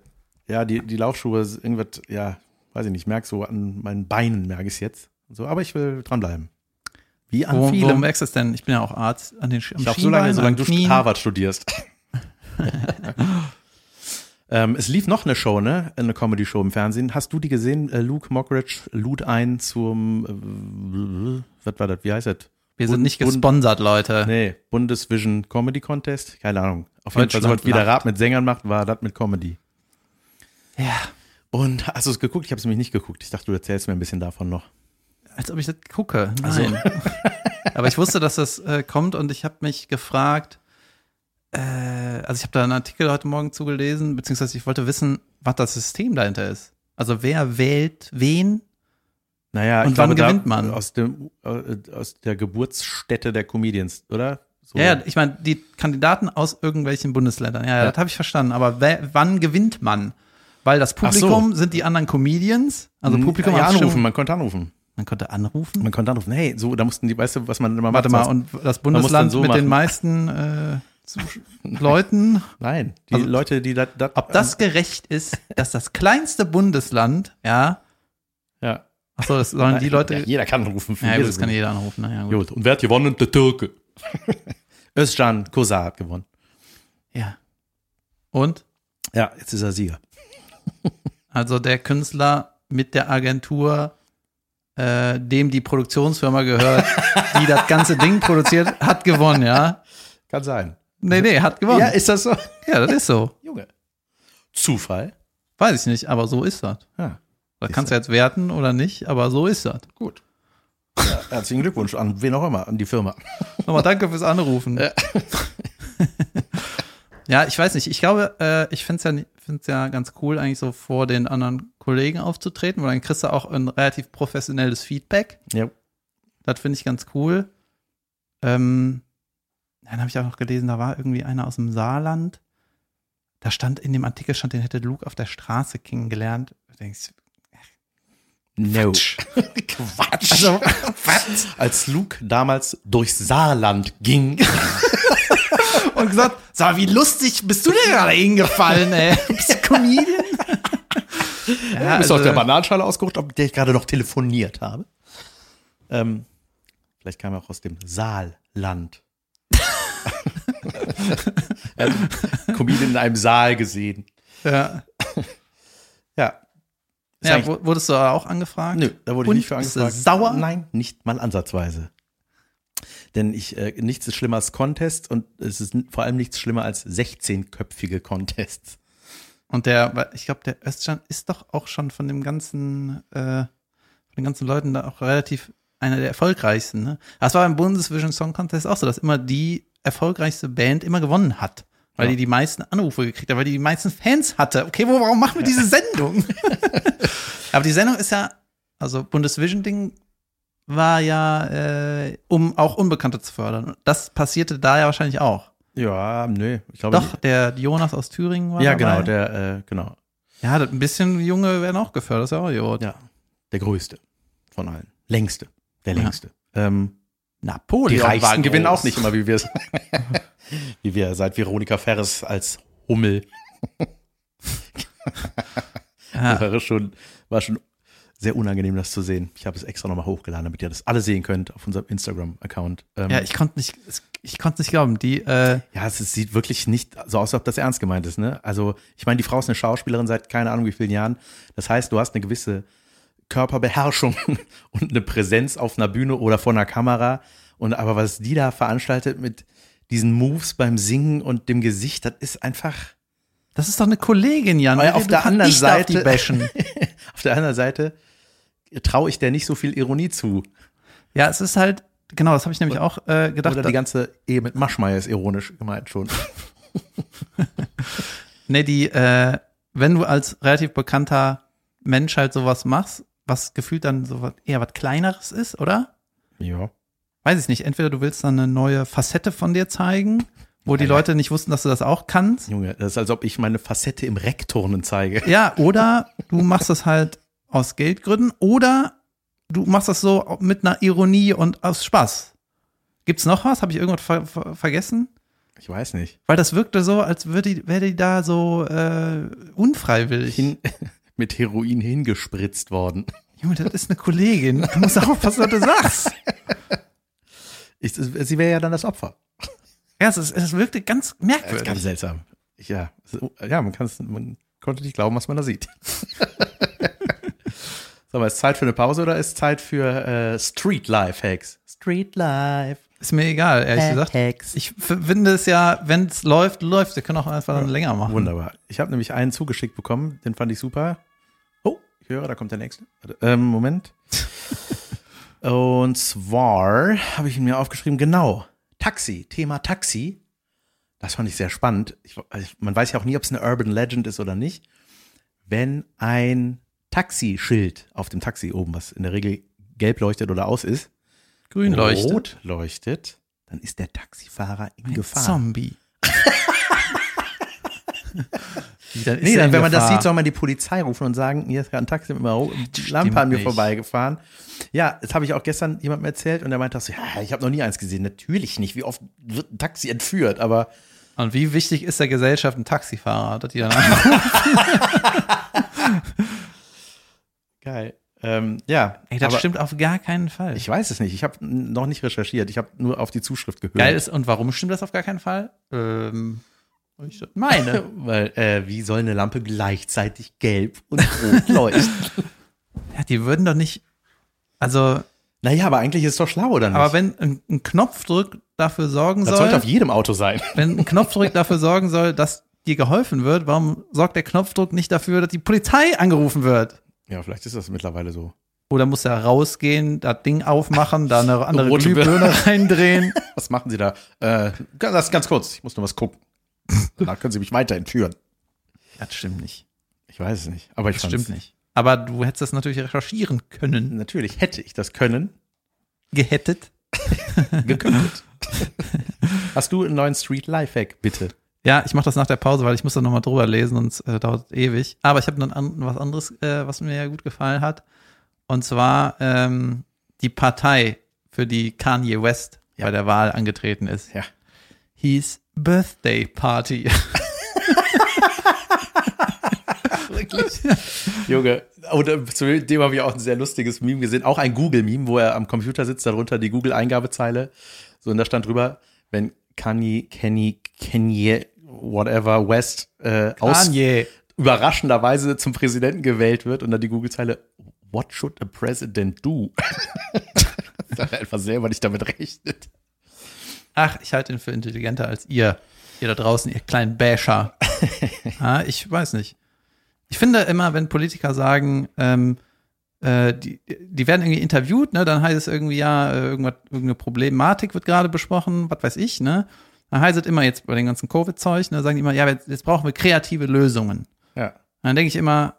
ja, die, die Laufschuhe, ist irgendwas, ja, weiß ich nicht, merk so an meinen Beinen, merke ich es jetzt. So, aber ich will dranbleiben. Wie an Wo, vielem. worum merkst du es denn? Ich bin ja auch Arzt an den Sch- am ich glaube, so lange, Schienbein, solange an du Knien. Harvard [LAUGHS] studierst. ähm, es lief noch eine Show, ne? Eine Comedy-Show im Fernsehen. Hast du die gesehen? Äh, Luke Mockridge lud ein zum, äh, was war das? Wie heißt das? Wir sind Bund- nicht Bund- gesponsert, Leute. Nee, Bundesvision Comedy Contest. Keine Ahnung. Auf jeden Fall, Deutschland so was wie der lacht. Rap mit Sängern macht, war das mit Comedy. Ja, Und hast du es geguckt? Ich habe es nämlich nicht geguckt. Ich dachte, du erzählst mir ein bisschen davon noch. als ob ich das gucke. [LAUGHS] Nein. Also- Aber ich wusste, dass das äh, kommt und ich habe mich gefragt, äh, also ich habe da einen Artikel heute Morgen zugelesen, beziehungsweise ich wollte wissen, was das System dahinter ist. Also wer wählt wen? Naja, Und ich glaube, wann gewinnt da, man? Aus, dem, äh, aus der Geburtsstätte der Comedians, oder? So. Ja, ja, ich meine, die Kandidaten aus irgendwelchen Bundesländern. Ja, ja. Ja. das habe ich verstanden. Aber wer, wann gewinnt man? Weil das Ach so. Publikum sind die anderen Comedians. Also Hm, Publikum ja, hat anrufen, Stimmen- man konnte anrufen. Man konnte anrufen. Man konnte anrufen. Hey, so, da mussten die, weißt du, was man immer Warte macht, mal, sonst- und das muss dann Bundesland so mit den machen. meisten äh, Zusch- Leuten, Nein, die Also- Leute, die das. ob das gerecht ist, dass das kleinste Bundesland, ja, Ja. Achso, das sollen die Leute. Ja, jeder kann rufen. Ja, gut, das kann jeder anrufen. Na, ja, gut. Gut. Und wer hat gewonnen? Der [LAUGHS] Türke. Özcan Kosa hat gewonnen. ja. Und? Ja, jetzt ist er Sieger. Also der Künstler mit der Agentur, äh, dem die [LAUGHS] Produktionsfirma gehört, die das ganze Ding produziert, hat gewonnen, ja? Kann sein. Nee, nee, hat gewonnen. Ja, Ja, ist das so? das ist so. Junge. Zufall. Weiß ich nicht, aber so ist das. Ja. Das Ist kannst du jetzt werten oder nicht, aber so ist das. Gut. Ja, herzlichen Glückwunsch an wen auch immer, an die Firma. Nochmal danke fürs Anrufen. [LAUGHS] Ja, ich weiß nicht. Ich glaube, äh, ich finde es ja, ni- find's ja ganz cool, eigentlich so vor den anderen Kollegen aufzutreten, weil dann kriegst du auch ein relativ professionelles Feedback. Ja. Das finde ich ganz cool. Ähm, dann habe ich auch noch gelesen, da war irgendwie einer aus dem Saarland. Da stand in dem Artikel stand, den hätte Luke auf der Straße kennengelernt. Da [LAUGHS] denkst du, No. Quatsch. Also, [LAUGHS] Als Luke damals durch Saarland ging, und gesagt, sag, wie lustig bist du denn gerade hingefallen, ey? [LAUGHS] Bist du Comedian? [LAUGHS] ja, ist also, aus der Bananenschale ausgerutscht, ob der ich gerade noch telefoniert habe. Ähm, vielleicht kam er auch aus dem [LAUGHS] Saarland. er hat Comedian in einem Saal gesehen. ja. Ja. Ist ja, eigentlich- wo- wurdest du auch angefragt? Nö, da wurde ich Und nicht für bist angefragt. du sauer? Nein, nicht mal ansatzweise. Denn ich, äh, nichts ist schlimmer als Contests und es ist n- vor allem nichts schlimmer als 16-köpfige Contests. Und der, weil ich glaube, der Östjan ist doch auch schon von dem ganzen, äh, von den ganzen Leuten da auch relativ einer der erfolgreichsten. Ne? Das war beim Bundesvision Song Contest auch so, dass immer die erfolgreichste Band immer gewonnen hat. Weil Ja. die die meisten Anrufe gekriegt hat, weil die die meisten Fans hatte. Okay, wo, warum machen wir [LAUGHS] diese Sendung? [LAUGHS] Aber die Sendung ist ja, also Bundesvision-Ding war ja, äh, um auch Unbekannte zu fördern. Und das passierte da ja wahrscheinlich auch. Ja, nö. Ich glaube, Doch, der Jonas aus Thüringen war ja, dabei. genau, der, äh, genau, Ja, das- ein bisschen Junge werden auch gefördert, ist ja auch Jod. ja, der größte von allen. Längste, der Ja. längste. Ähm, Napoleon. die war Reichsten groß. gewinnen auch nicht immer, wie wir es, [LAUGHS] wie wir seit Veronika Ferres als Hummel Das Ja, war schon, war schon sehr unangenehm, das zu sehen. Ich habe es extra nochmal hochgeladen, damit ihr das alle sehen könnt auf unserem Instagram-Account. Ähm, ja ich konnte nicht, ich konnte nicht glauben. Die, äh, ja, es ist- sieht wirklich nicht so aus, als ob das ernst gemeint ist. Ne? Also, ich meine, die Frau ist eine Schauspielerin seit keine Ahnung wie vielen Jahren. Das heißt, du hast eine gewisse Körperbeherrschung [LAUGHS] und eine Präsenz auf einer Bühne oder vor einer Kamera. Und aber was die da veranstaltet mit diesen Moves beim Singen und dem Gesicht, das ist einfach. das ist doch eine Kollegin, Jan. Aber auf Du der kannst anderen nicht da auf die Seite- bashen. Auf der anderen Seite traue ich der nicht so viel Ironie zu. [LAUGHS] Ja, es ist halt, genau, das habe ich nämlich auch äh, gedacht. Oder die ganze Ehe mit Maschmeyer ist ironisch gemeint schon. nee, die, äh, wenn du als relativ bekannter Mensch halt sowas machst, was gefühlt dann so was, eher was Kleineres ist, oder? [LAUGHS] Ja. Weiß ich nicht. Entweder du willst dann eine neue Facette von dir zeigen, wo die Ja. Leute nicht wussten, dass du das auch kannst. Junge, das ist, als ob ich meine Facette im Reckturnen zeige. Ja, oder du machst das halt aus Geldgründen oder du machst das so mit einer Ironie und aus Spaß. Gibt's noch was? Habe ich irgendwas ver ver vergessen? Ich weiß nicht. Weil das wirkte so, als würde die, wäre die da so äh, unfreiwillig. Hin, [LAUGHS] mit Heroin hingespritzt worden. Junge, das ist eine Kollegin. Du musst auch aufpassen, was du sagst. Ich, sie wäre ja dann das Opfer. Ja, es, ist, es wirkte ganz Das ist merkwürdig. ganz seltsam. Ich- Ja, So- ja man, kann's, man konnte nicht glauben, was man da sieht. [LAUGHS] Sag mal, ist Zeit für eine Pause oder ist Zeit für äh, Street Life Hacks? Street Life ist mir egal, ehrlich gesagt. Hacks. Ich f- finde es ja, wenn es läuft, läuft. Wir können auch einfach dann länger machen. Wunderbar. Ich habe nämlich einen zugeschickt bekommen, den fand ich super. Oh, ich höre, da kommt der nächste. Warte, Ähm, [LAUGHS] Moment. Und zwar habe ich ihn mir aufgeschrieben, genau, Taxi, Thema Taxi. Das fand ich sehr spannend. Ich, also man weiß ja auch nie, ob es eine Urban Legend ist oder nicht. Wenn ein Taxischild auf dem Taxi oben, was in der Regel gelb leuchtet oder aus ist, Grün leuchtet. rot leuchtet, dann ist der Taxifahrer in Gefahr. Zombie. [LAUGHS] Wie, dann ist Nee, er dann, in wenn man das Gefahr. sieht, soll man die Polizei rufen und sagen, hier ist gerade ein Taxi mit einer Lampe Stimmt an mir nicht. vorbeigefahren. Ja, das habe ich auch gestern jemandem erzählt und der meinte auch so, ja, ich habe noch nie eins gesehen. Natürlich nicht, wie oft wird ein Taxi entführt, aber Und wie wichtig ist der Gesellschaft ein Taxifahrer, dass die dann geil. Ähm, ja. [LAUGHS] Ey, das aber stimmt auf gar keinen Fall. Ich weiß es nicht. Ich habe noch nicht recherchiert. Ich habe nur auf die Zuschrift gehört. Geil ist, und warum stimmt das auf gar keinen Fall? Ähm, weil ich das [LAUGHS] meine. Weil, äh, wie soll eine Lampe gleichzeitig gelb und rot leuchten? ja, die würden doch nicht. Also, [LAUGHS] naja, aber eigentlich ist es doch schlau, oder nicht? aber wenn ein, ein Knopfdruck dafür sorgen das soll, sollte auf jedem Auto sein. wenn ein Knopfdruck dafür sorgen soll, dass dir geholfen wird, warum sorgt der Knopfdruck nicht dafür, dass die Polizei angerufen wird? Ja, vielleicht ist das mittlerweile so. Oder muss er rausgehen, das Ding aufmachen, da eine andere Rote Birne. Glühbirne reindrehen? [LAUGHS] Was machen Sie da? Äh, ganz, ganz kurz, ich muss nur was gucken. Danach können Sie mich weiter entführen. Das stimmt nicht. Ich weiß es nicht. Aber ich Das fand's- stimmt nicht. Aber du hättest das natürlich recherchieren können. Natürlich hätte ich das können. Gehättet? [LAUGHS] Gekündigt. Hast du einen neuen Street Lifehack, bitte? Ja, ich mache das nach der Pause, weil ich muss da nochmal drüber lesen und äh, dauert ewig. Aber ich habe dann an, was anderes, äh, was mir ja gut gefallen hat. Und zwar ähm, die Partei, für die Kanye West Ja. bei der Wahl angetreten ist. Ja. Hieß Birthday Party. Wirklich? Junge, oder äh, zu dem habe ich auch ein sehr lustiges Meme gesehen. Auch ein Google-Meme, wo er am Computer sitzt, darunter die Google-Eingabezeile. So, und da stand drüber, wenn Kanye, Kenny, Kenye, whatever, West, äh, aus, Kanye. überraschenderweise zum Präsidenten gewählt wird und dann die Google-Zeile, what should a president do? [LAUGHS] Dass er einfach selber nicht damit rechnet. Ach, ich halte ihn für intelligenter als ihr. Ihr da draußen, ihr kleinen Basher. ah, ich weiß nicht. Ich finde immer, wenn Politiker sagen, ähm, äh, die, die werden irgendwie interviewt, ne, dann heißt es irgendwie, ja, äh, irgendwas, irgendeine Problematik wird gerade besprochen, was weiß ich, ne? Dann heißt es immer jetzt bei dem ganzen Covid-Zeug, ne, sagen die immer, ja, jetzt, jetzt brauchen wir kreative Lösungen. Ja. Und dann denke ich immer,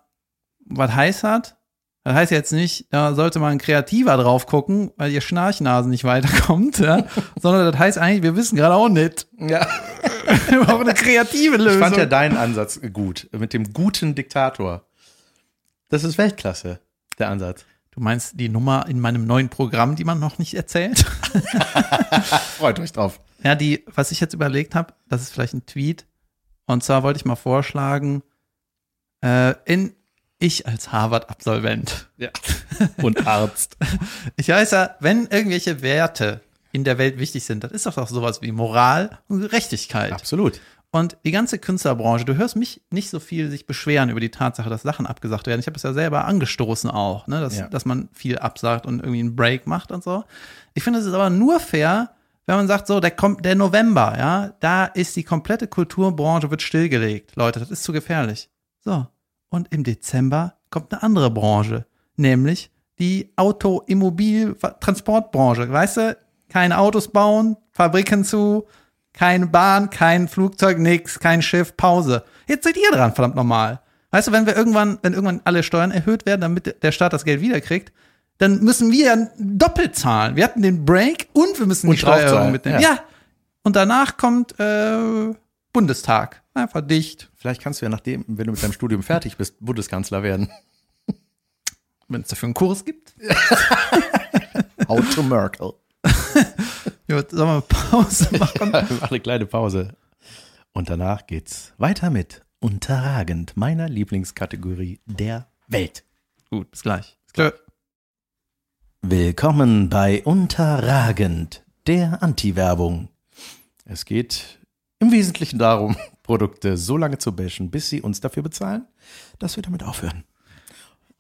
was heißt das? Das heißt jetzt nicht, da sollte mal ein Kreativer drauf gucken, weil ihr Schnarchnasen nicht weiterkommt, [LAUGHS] ja? sondern das heißt eigentlich, wir wissen gerade auch nicht. [LAUGHS] Ja. Wir brauchen eine kreative Ich Lösung. fand ja deinen Ansatz gut, mit dem guten Diktator. Das ist Weltklasse, der Ansatz. du meinst die Nummer in meinem neuen Programm, die man noch nicht erzählt? Freut euch drauf. [LAUGHS] Ja, die, was ich jetzt überlegt habe, das ist vielleicht ein Tweet. Und zwar wollte ich mal vorschlagen, äh, in ich als Harvard-Absolvent. Ja. Und Arzt. Ich weiß ja, wenn irgendwelche Werte in der Welt wichtig sind, dann ist doch auch sowas wie Moral und Gerechtigkeit. Absolut. Und die ganze Künstlerbranche, du hörst mich nicht so viel sich beschweren über die Tatsache, dass Sachen abgesagt werden. Ich habe es ja selber angestoßen auch, ne? dass, Ja. dass man viel absagt und irgendwie einen Break macht und so. Ich finde, es ist aber nur fair, wenn man sagt, so, der kommt der November, ja, da ist die komplette Kulturbranche wird stillgelegt. Leute, das ist zu gefährlich. So. Und im Dezember kommt eine andere Branche, nämlich die Auto-, Immobil-, Transportbranche. Weißt du, keine Autos bauen, Fabriken zu, keine Bahn, kein Flugzeug, nix, kein Schiff, Pause. Jetzt seid ihr dran, verdammt normal. Weißt du, wenn wir irgendwann, wenn irgendwann alle Steuern erhöht werden, damit der Staat das Geld wiederkriegt, dann müssen wir ja doppelt zahlen. Wir hatten den Break und wir müssen Und die Steuererhöhung draufzahlen, mitnehmen. ja. ja. Und danach kommt äh, Bundestag. Einfach dicht. Vielleicht kannst du ja nachdem, wenn du mit deinem Studium fertig bist, Bundeskanzler werden. Wenn es dafür einen Kurs gibt. How to Merkel. Ja, sollen wir Pause [LAUGHS] machen? Wir machen eine kleine Pause. Und danach geht's weiter mit Unterragend, meiner Lieblingskategorie der Welt. Gut, bis gleich. Willkommen bei Unterragend, der Anti-Werbung. Es geht im Wesentlichen darum, [LAUGHS] Produkte so lange zu bashen, bis sie uns dafür bezahlen, dass wir damit aufhören.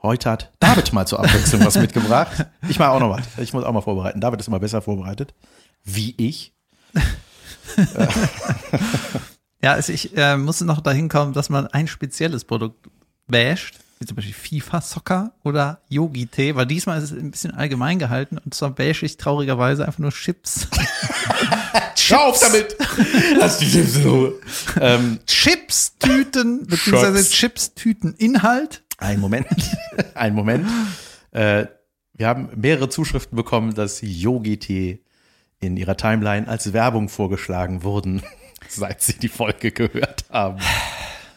Heute hat David mal zur Abwechslung was mitgebracht. Ich mache auch noch was. Ich muss auch mal vorbereiten. David ist immer besser vorbereitet. Wie ich. Ja, also ich äh, muss noch dahin kommen, dass man ein spezielles Produkt basht, wie zum Beispiel FIFA-Soccer oder Yogi-Tee, weil diesmal ist es ein bisschen allgemein gehalten und zwar bash ich traurigerweise einfach nur [LAUGHS] Chips. Schau auf damit! [LAUGHS] Lass die Chips in Ruhe. Ähm, Chips-Tüten, beziehungsweise Chips-Tüten-Inhalt. Ein Moment. [LAUGHS] Ein Moment. Äh, wir haben mehrere Zuschriften bekommen, dass Yogi-Tee in ihrer Timeline als Werbung vorgeschlagen wurden, [LAUGHS] seit sie die Folge gehört haben.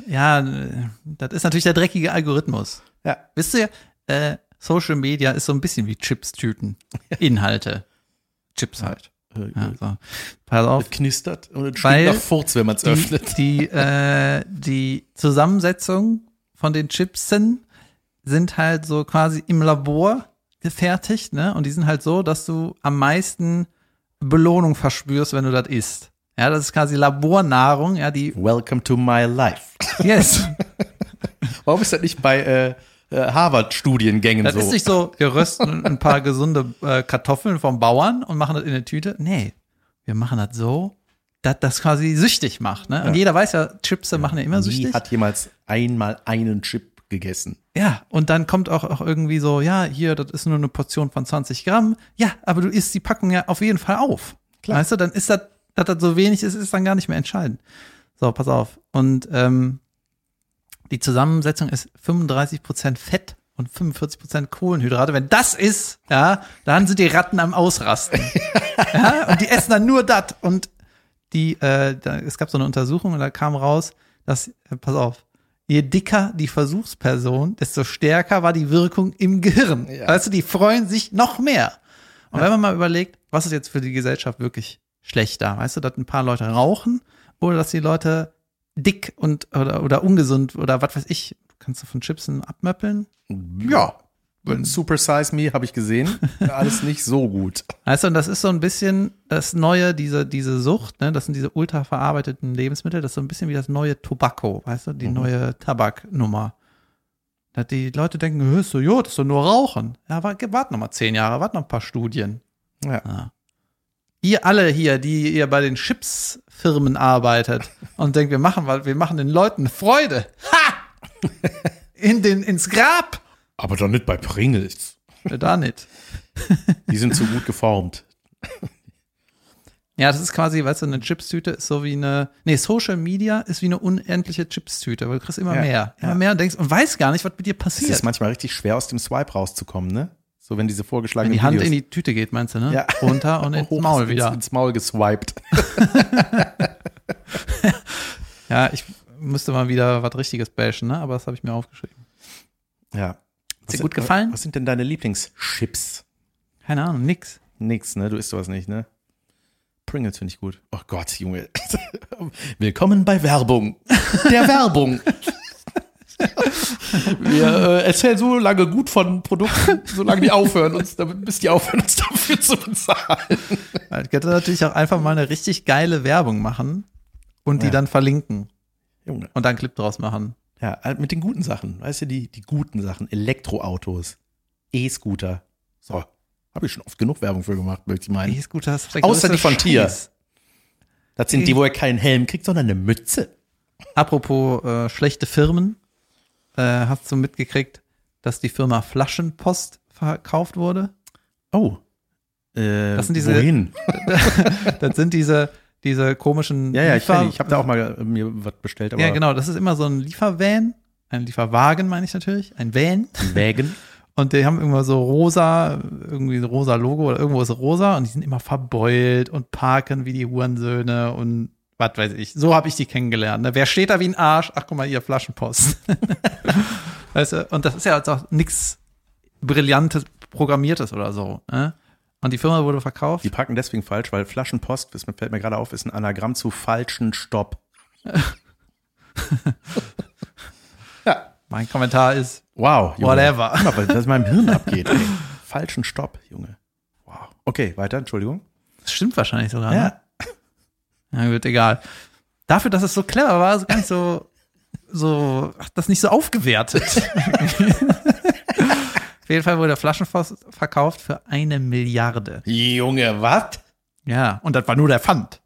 Ja, äh, das ist natürlich der dreckige Algorithmus. Ja. Wisst ihr, äh, Social Media ist so ein bisschen wie Chips-Tüten. [LAUGHS] Inhalte. Chips halt. Ja, so. Pass auf. Es knistert und es Weil stinkt nach Furz, wenn man es die, öffnet. die, äh, die Zusammensetzung von den Chipsen sind halt so quasi im Labor gefertigt, ne? Und die sind halt so, dass du am meisten Belohnung verspürst, wenn du das isst. Ja, das ist quasi Labornahrung, [LAUGHS] ja, die. Welcome to my life. Yes. Warum ist das nicht bei äh, äh, Harvard-Studiengängen Das so? ist nicht so, wir rösten ein paar gesunde äh, Kartoffeln vom Bauern und machen das in eine Tüte. Nee, wir machen das so, dass das quasi süchtig macht. Ne? Und jeder weiß ja, Chips machen ja immer Nie süchtig. hat jemals einmal einen Chip gegessen. Ja, und dann kommt auch, auch irgendwie so, ja, hier, das ist nur eine Portion von 20 Gramm. Ja, aber du isst die Packung ja auf jeden Fall auf. Klar. Weißt du, dann ist das, dass das so wenig ist, ist dann gar nicht mehr entscheidend. So, pass auf. Und ähm, die Zusammensetzung ist 35% Fett und 45% Kohlenhydrate. Wenn das ist, ja, dann sind die Ratten am Ausrasten. ja, und die essen dann nur das. Und die, äh, da, es gab so eine Untersuchung und da kam raus, dass, äh, pass auf, je dicker die Versuchsperson, desto stärker war die Wirkung im Gehirn. Ja. Weißt du, die freuen sich noch mehr. Und wenn man mal überlegt, was ist jetzt für die Gesellschaft wirklich schlechter, weißt du, dass ein paar Leute rauchen oder dass die Leute dick und oder, oder ungesund oder was weiß ich, kannst du von Chipsen abmöppeln? Ja. Super Size Me habe ich gesehen. Alles nicht so gut. Weißt du, und das ist so ein bisschen das Neue, diese, diese Sucht, ne? das sind diese ultra verarbeiteten Lebensmittel, das ist so ein bisschen wie das neue Tobacco, weißt du, die neue Tabaknummer. Dass die Leute denken, "Hö, ist so, jo, das ist doch nur Rauchen. Ja, warte, warte noch mal zehn Jahre, warte noch ein paar Studien. Ja. Ihr alle hier, die ihr bei den Chipsfirmen arbeitet und denkt, wir machen, was, wir machen den Leuten Freude. Ha! In den, ins Grab. Aber doch nicht bei Pringles. Ja, Da nicht. Die sind zu gut [LAUGHS] geformt. Ja, das ist quasi, weißt du, eine Chipstüte ist so wie eine, nee, Social Media ist wie eine unendliche Chipstüte, weil du kriegst immer Ja, mehr, immer ja. mehr und denkst und weißt gar nicht, was mit dir Es passiert. ist manchmal richtig schwer, aus dem Swipe rauszukommen, ne? So, wenn diese Wenn vorgeschlagenen die Hand in Videos die Tüte geht, meinst du, ne? Ja. Runter [LAUGHS] und ins hoch Maul ins, wieder. ins Maul geswiped. Ja, ich müsste mal wieder was Richtiges bashen, ne? Aber das habe ich mir aufgeschrieben. Ja. dir gut gefallen? Was sind denn deine Lieblingschips? Keine Ahnung, nix. Nix, ne? Du isst sowas nicht, ne? Pringles finde ich gut. Oh Gott, Junge. [LAUGHS] Willkommen bei Werbung. Der Werbung. [LAUGHS] Wir äh, erzählen so lange gut von Produkten, solange die aufhören, uns, damit, bis die aufhören, uns dafür zu bezahlen. Ich könnte natürlich auch einfach mal eine richtig geile Werbung machen und die Ja. dann verlinken Junge. und dann einen Clip draus machen. Ja, halt mit den guten Sachen. Weißt du, die, die guten Sachen. Elektroautos, E-Scooter. So, habe ich schon oft genug Werbung für gemacht, möchte ich meinen. E-Scooter ist der Außer die größte von Tier. Scheiß. Das sind E- die, wo er keinen Helm kriegt, sondern eine Mütze. Apropos äh, schlechte Firmen, äh, hast du mitgekriegt, dass die Firma Flaschenpost [LAUGHS] verkauft wurde? Oh. Äh, Das sind diese- wohin? Das sind diese, diese komischen Ja, ja, ich, Liefer- kenn die. ich habe da auch mal äh, mir was bestellt, aber Ja, genau, das ist immer so ein Liefervan, ein Lieferwagen meine ich natürlich, ein Van. Wägen. Und die haben immer so rosa, irgendwie ein rosa Logo oder irgendwo ist rosa und die sind immer verbeult und parken wie die Hurensöhne und was weiß ich. So habe ich die kennengelernt. Ne? Wer steht da wie ein Arsch? Ach, guck mal, ihr Flaschenpost. [LAUGHS] weißt du, und das ist ja jetzt auch nichts Brillantes, Programmiertes oder so. Ne? Und die Firma wurde verkauft. Die packen deswegen falsch, weil Flaschenpost, das fällt mir gerade auf, ist ein Anagramm zu falschen Stopp. ja. Mein Kommentar ist, Wow. Whatever. Guck mal, was das in meinem [LAUGHS] Hirn abgeht. Ey. Falschen Stopp, Junge. Wow. Okay, weiter, Entschuldigung. das stimmt wahrscheinlich sogar. Ne? Na gut, egal. Dafür, dass es so clever war, ist gar nicht so, so, hat das nicht so aufgewertet. [LAUGHS] Auf jeden Fall wurde Flaschenpost verkauft für eine Milliarde. Junge, was? Ja, und das war nur der Pfand.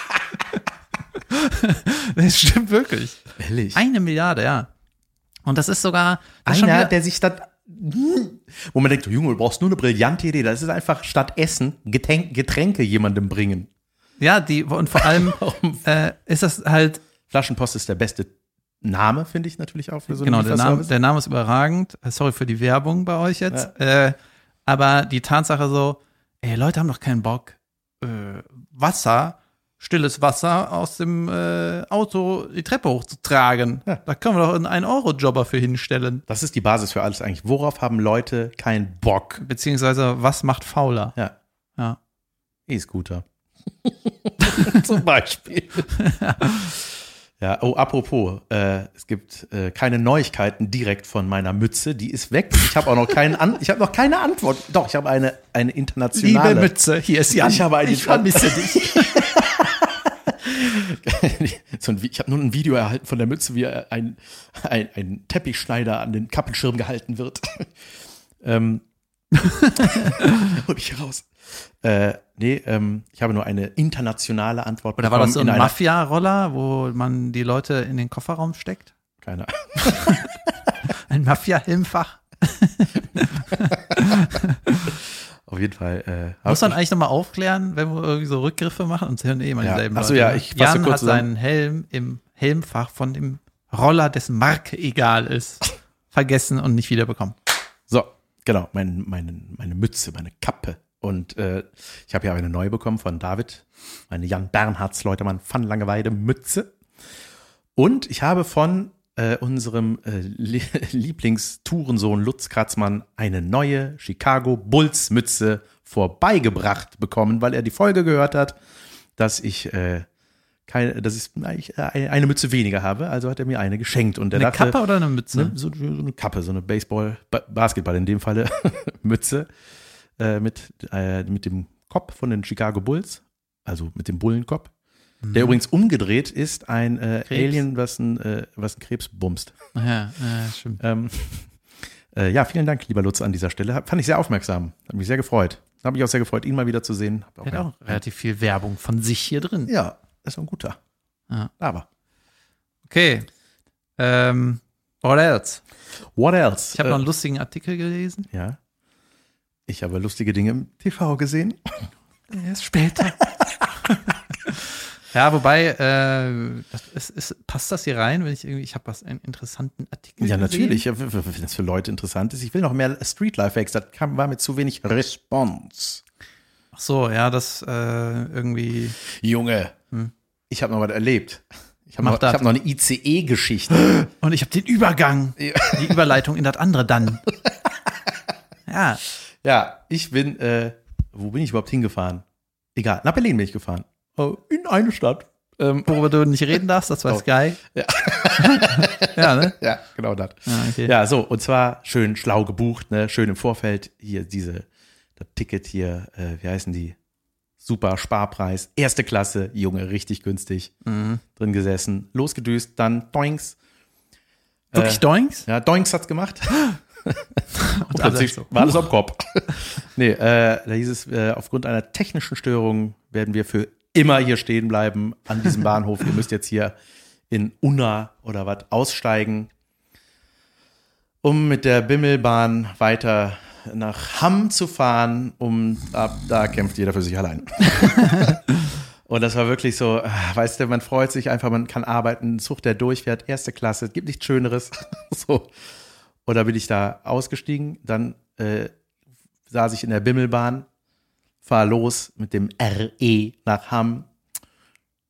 [LAUGHS] das stimmt wirklich. Ehrlich. Eine Milliarde, ja. Und das ist sogar das ist schon Einer, wieder, der sich das. Wo man denkt, Junge, du brauchst nur eine brillante Idee. Das ist einfach statt Essen Getränk, Getränke jemandem [LAUGHS] bringen. ja, die, und vor [LAUGHS] allem äh, ist das halt Flaschenpost ist der beste Name, finde ich natürlich auch für so einen Genau, der Name, Lieferservice. der Name ist überragend. Äh, Sorry für die Werbung bei euch jetzt. Äh, aber die Tatsache so, ey, Leute haben doch keinen Bock. Äh, Wasser, stilles Wasser aus dem äh, Auto die Treppe hochzutragen. Ja. Da können wir doch einen 1-Euro-Jobber für hinstellen. Das ist die Basis für alles eigentlich. Worauf haben Leute keinen Bock? Beziehungsweise, was macht fauler? Ja, Ja. [LAUGHS] [LAUGHS] E-Scooter. Zum Beispiel. Ja, oh, apropos, äh, es gibt äh, keine Neuigkeiten direkt von meiner Mütze, die ist weg. Ich habe auch noch keinen An ich habe noch keine Antwort. Doch, ich habe eine eine internationale Liebe Mütze, hier ist Jan. Ich habe eine ich vermisse dich. [LAUGHS] so ein, Vi- ich habe nur ein Video erhalten von der Mütze, wie ein, ein, ein Teppichschneider an den Kappelschirm gehalten wird. [LAUGHS] ähm, [LAUGHS] hol mich hier raus. Äh, nee, ähm, ich habe nur eine internationale Antwort. Oder war das so bekommen ein in einer- Mafia-Roller, wo man die Leute in den Kofferraum steckt? Keine Ein Mafia-Helmfach? Auf jeden Fall. Äh, Muss man eigentlich nochmal aufklären, wenn wir irgendwie so Rückgriffe machen? Uns hören eh immer Ja. dieselben Ach so, Leute. ja, ne? ich fasse Jan kurz hat zusammen. seinen Helm im Helmfach von dem Roller, dessen Marke egal ist, vergessen und nicht wiederbekommen. So, genau, mein, meine, meine Mütze, meine Kappe. Und äh, ich habe ja eine neue bekommen von David, meine Jan Bernhards Leutemann Van Langeweide Mütze. Und ich habe von äh, unserem äh, Lie- [LAUGHS] Lieblingstourensohn Lutz Kratzmann eine neue Chicago Bulls Mütze vorbeigebracht bekommen, weil er die Folge gehört hat, dass ich äh, keine, dass ich eigentlich äh, eine eine Mütze weniger habe. Also hat er mir eine geschenkt und er Eine dachte, Kappe oder eine Mütze? ne? so, so eine Kappe, so eine Baseball, ba Basketball in dem Falle, [LAUGHS] Mütze äh, mit, äh, mit dem Kopf von den Chicago Bulls, also mit dem Bullenkopf, der übrigens umgedreht ist, ein äh, Mhm. Krebs. Alien, was einen äh, was einen Krebs bumst. Ja, ja, stimmt. Ähm, [LAUGHS] äh, ja, vielen Dank, lieber Lutz, an dieser Stelle. Hab- Fand ich sehr aufmerksam, hat mich sehr gefreut. Hab mich auch sehr gefreut, ihn mal wieder zu sehen. Hab Der hat auch relativ viel Werbung von sich hier drin. Ja, ist ein guter. Ja. Aber Okay. Ähm, what else? what else? Ich habe noch einen lustigen Artikel gelesen. äh, ja. Ich habe lustige Dinge im TV gesehen. Erst später. [LAUGHS] ja, wobei, äh, das ist, ist, passt das hier rein, wenn ich irgendwie, ich habe was einen interessanten Artikel. Ja, gesehen? natürlich. Ja, w- w- Wenn das für Leute interessant ist. Ich will noch mehr Streetlife-Hacks. Das kam, war mir zu wenig Response. Ach so, ja, das äh, irgendwie. Junge, ich habe noch was erlebt. Ich habe Hm. Mach noch, ich das. hab noch eine ICE-Geschichte. Und ich habe den Übergang, die Überleitung in das [LAUGHS] andere dann. ja, ja, ich bin, äh, wo bin ich überhaupt hingefahren? Egal, nach Berlin bin ich gefahren. Äh, In eine Stadt. Ähm, worüber du nicht reden darfst, das weiß Oh. Sky. Ja. [LAUGHS] ja, ne? ja, genau das. Ja, okay. Ja, so, und zwar schön schlau gebucht, ne? schön im Vorfeld. Hier diese, das Ticket hier, äh, wie heißen die? Super Sparpreis, erste Klasse, Junge, richtig günstig. Mhm. drin gesessen, losgedüst, dann Doinks. Wirklich Äh, Doinks? Ja, Doinks hat's gemacht. Und alle plötzlich so. war alles am Kopf. [LAUGHS] nee, äh, da hieß es, äh, aufgrund einer technischen Störung werden wir für immer hier stehen bleiben an [LAUGHS] diesem Bahnhof. Ihr müsst jetzt hier in Unna oder was aussteigen, um mit der Bimmelbahn weiter nach Hamm zu fahren, um ab da kämpft jeder für sich allein. [LAUGHS] Und das war wirklich so, ah, weißt du, man freut sich einfach, man kann arbeiten, ein Zug, der durchfährt, erste Klasse, es gibt nichts [LAUGHS] Schöneres. so. Und da bin ich da ausgestiegen, dann äh, saß ich in der Bimmelbahn, fahr los mit dem RE nach Hamm,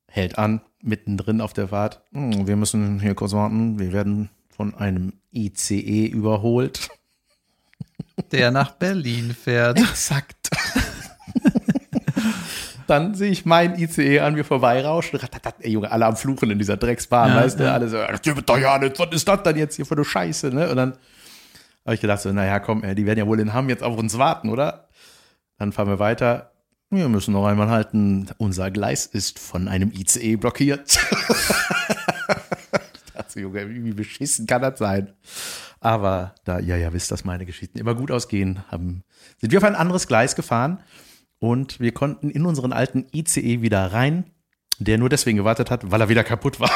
hält an, mittendrin auf der Fahrt. Hm, wir müssen hier kurz warten, wir werden von einem ICE überholt. Der nach Berlin [LAUGHS] fährt. Exakt. Dann sehe ich mein ICE an mir vorbeirauschen. Ratatat. Ey, Junge, alle am Fluchen in dieser Drecksbahn, Ja, weißt du? ja. Alle so, "Ach, hier wird doch ja nicht, was ist das denn jetzt hier für eine Scheiße, ne? Und dann habe ich gedacht so, naja, komm, ey, die werden ja wohl in Hamm jetzt auf uns warten, oder? Dann fahren wir weiter. Wir müssen noch einmal halten. Unser Gleis ist von einem ICE blockiert. [LAUGHS] ich dachte, so, Junge, wie beschissen kann das sein? Aber da ihr ja wisst, dass meine Geschichten immer gut ausgehen, haben, sind wir auf ein anderes Gleis gefahren und wir konnten in unseren alten ICE wieder rein, der nur deswegen gewartet hat, weil er wieder kaputt war.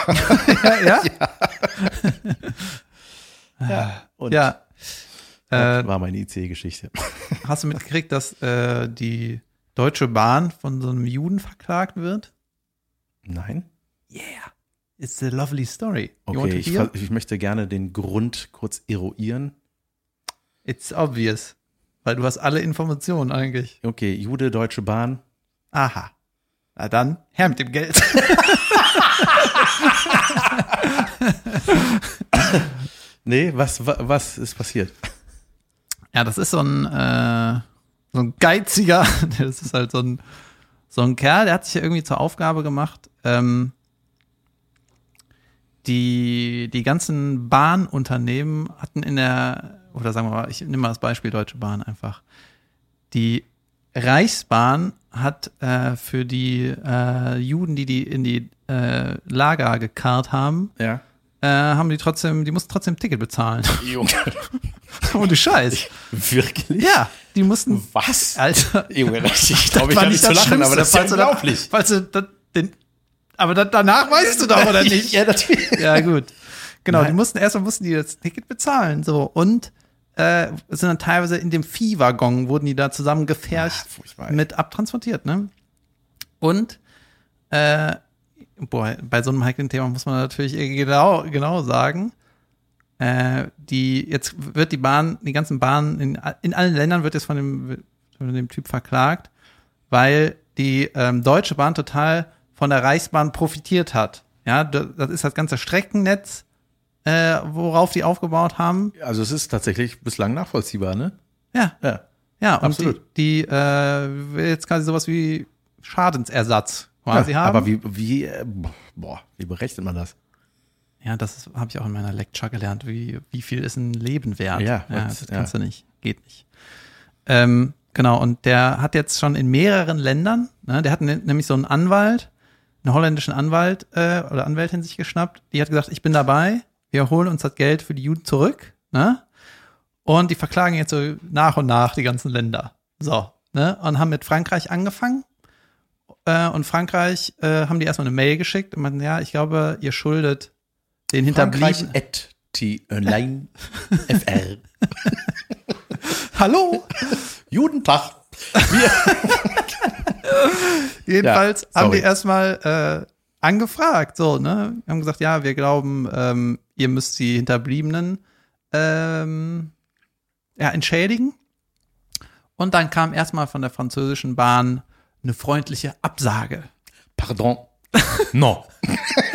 ja, [LAUGHS] ja. ja, und ja. das Äh, war meine ICE-Geschichte. hast du mitgekriegt, dass äh, die Deutsche Bahn von so einem Juden verklagt wird? Nein? Yeah. It's a lovely story. You want Okay, to ich, hear? ver- ich möchte gerne den Grund kurz eruieren. It's obvious. Weil du hast alle Informationen eigentlich. Okay, Jude, Deutsche Bahn. Aha. Na dann, her mit dem Geld. Nee, was, wa- was ist passiert? [LAUGHS] Ja, das ist so ein, äh, so ein geiziger, [LAUGHS] das ist halt so ein, so ein Kerl, der hat sich ja irgendwie zur Aufgabe gemacht, ähm, die, die ganzen Bahnunternehmen hatten in der, oder sagen wir mal, ich nehme mal das Beispiel Deutsche Bahn einfach. Die Reichsbahn hat äh, für die äh, Juden, die die in die äh, Lager gekarrt haben, [LAUGHS] Ja. äh, haben die trotzdem, die mussten trotzdem Ticket bezahlen. Junge, Ohne Scheiß. wirklich? Ja, die mussten, Was? Alter, Junge, das- [LAUGHS] ich Das glaube, ich war kann nicht nicht zu das lachen, aber Schlimmste, das ist ja falls du da- unglaublich. Falls du da, den, aber da, danach weißt du doch, oder [LAUGHS] nicht? Ja, natürlich. [LAUGHS] ja, gut. Genau, die Nein. mussten erstmal mussten die das Ticket bezahlen. So, und äh, sind dann teilweise in dem Viehwaggon, wurden die da zusammen gefercht Ah, furchtbar, ey. mit abtransportiert, ne? Und äh, boah, bei so einem heiklen Thema muss man natürlich genau, genau sagen, äh, die, jetzt wird die Bahn, die ganzen Bahnen in, a- in allen Ländern wird jetzt von dem, von dem Typ verklagt, weil die ähm, Deutsche Bahn total von der Reichsbahn profitiert hat. Ja, da- das ist das ganze Streckennetz, äh, worauf die aufgebaut haben. Also es ist tatsächlich bislang nachvollziehbar, ne? Ja, Ja. ja, und Absolut. die, die äh, will jetzt quasi sowas wie Schadensersatz quasi ja, haben. aber wie, wie, äh, boah, wie berechnet man das? ja, das habe ich auch in meiner Lecture gelernt, wie, wie viel ist ein Leben wert. Ja, was- das kannst du nicht, geht nicht. Ähm, genau, und der hat jetzt schon in mehreren Ländern, ne, der hat ne, nämlich so einen Anwalt, einen holländischen Anwalt äh, oder Anwältin sich geschnappt, die hat gesagt, ich bin dabei, wir holen uns das Geld für die Juden zurück, ne? Und die verklagen jetzt so nach und nach die ganzen Länder. So, ne? Und haben mit Frankreich angefangen. Äh, und Frankreich äh, haben die erstmal eine Mail geschickt und meinten, ja, ich glaube, ihr schuldet den Frankreich [LAUGHS] Hinterbliebenen. at äh, die [LAUGHS] Online FR. Hallo! Judentag. Wir, Jedenfalls Ja, haben sorry. die erstmal äh, angefragt, so, ne? Haben gesagt, ja, wir glauben, ähm, ihr müsst die Hinterbliebenen ähm, ja, entschädigen. Und dann kam erstmal von der französischen Bahn eine freundliche Absage. pardon. No.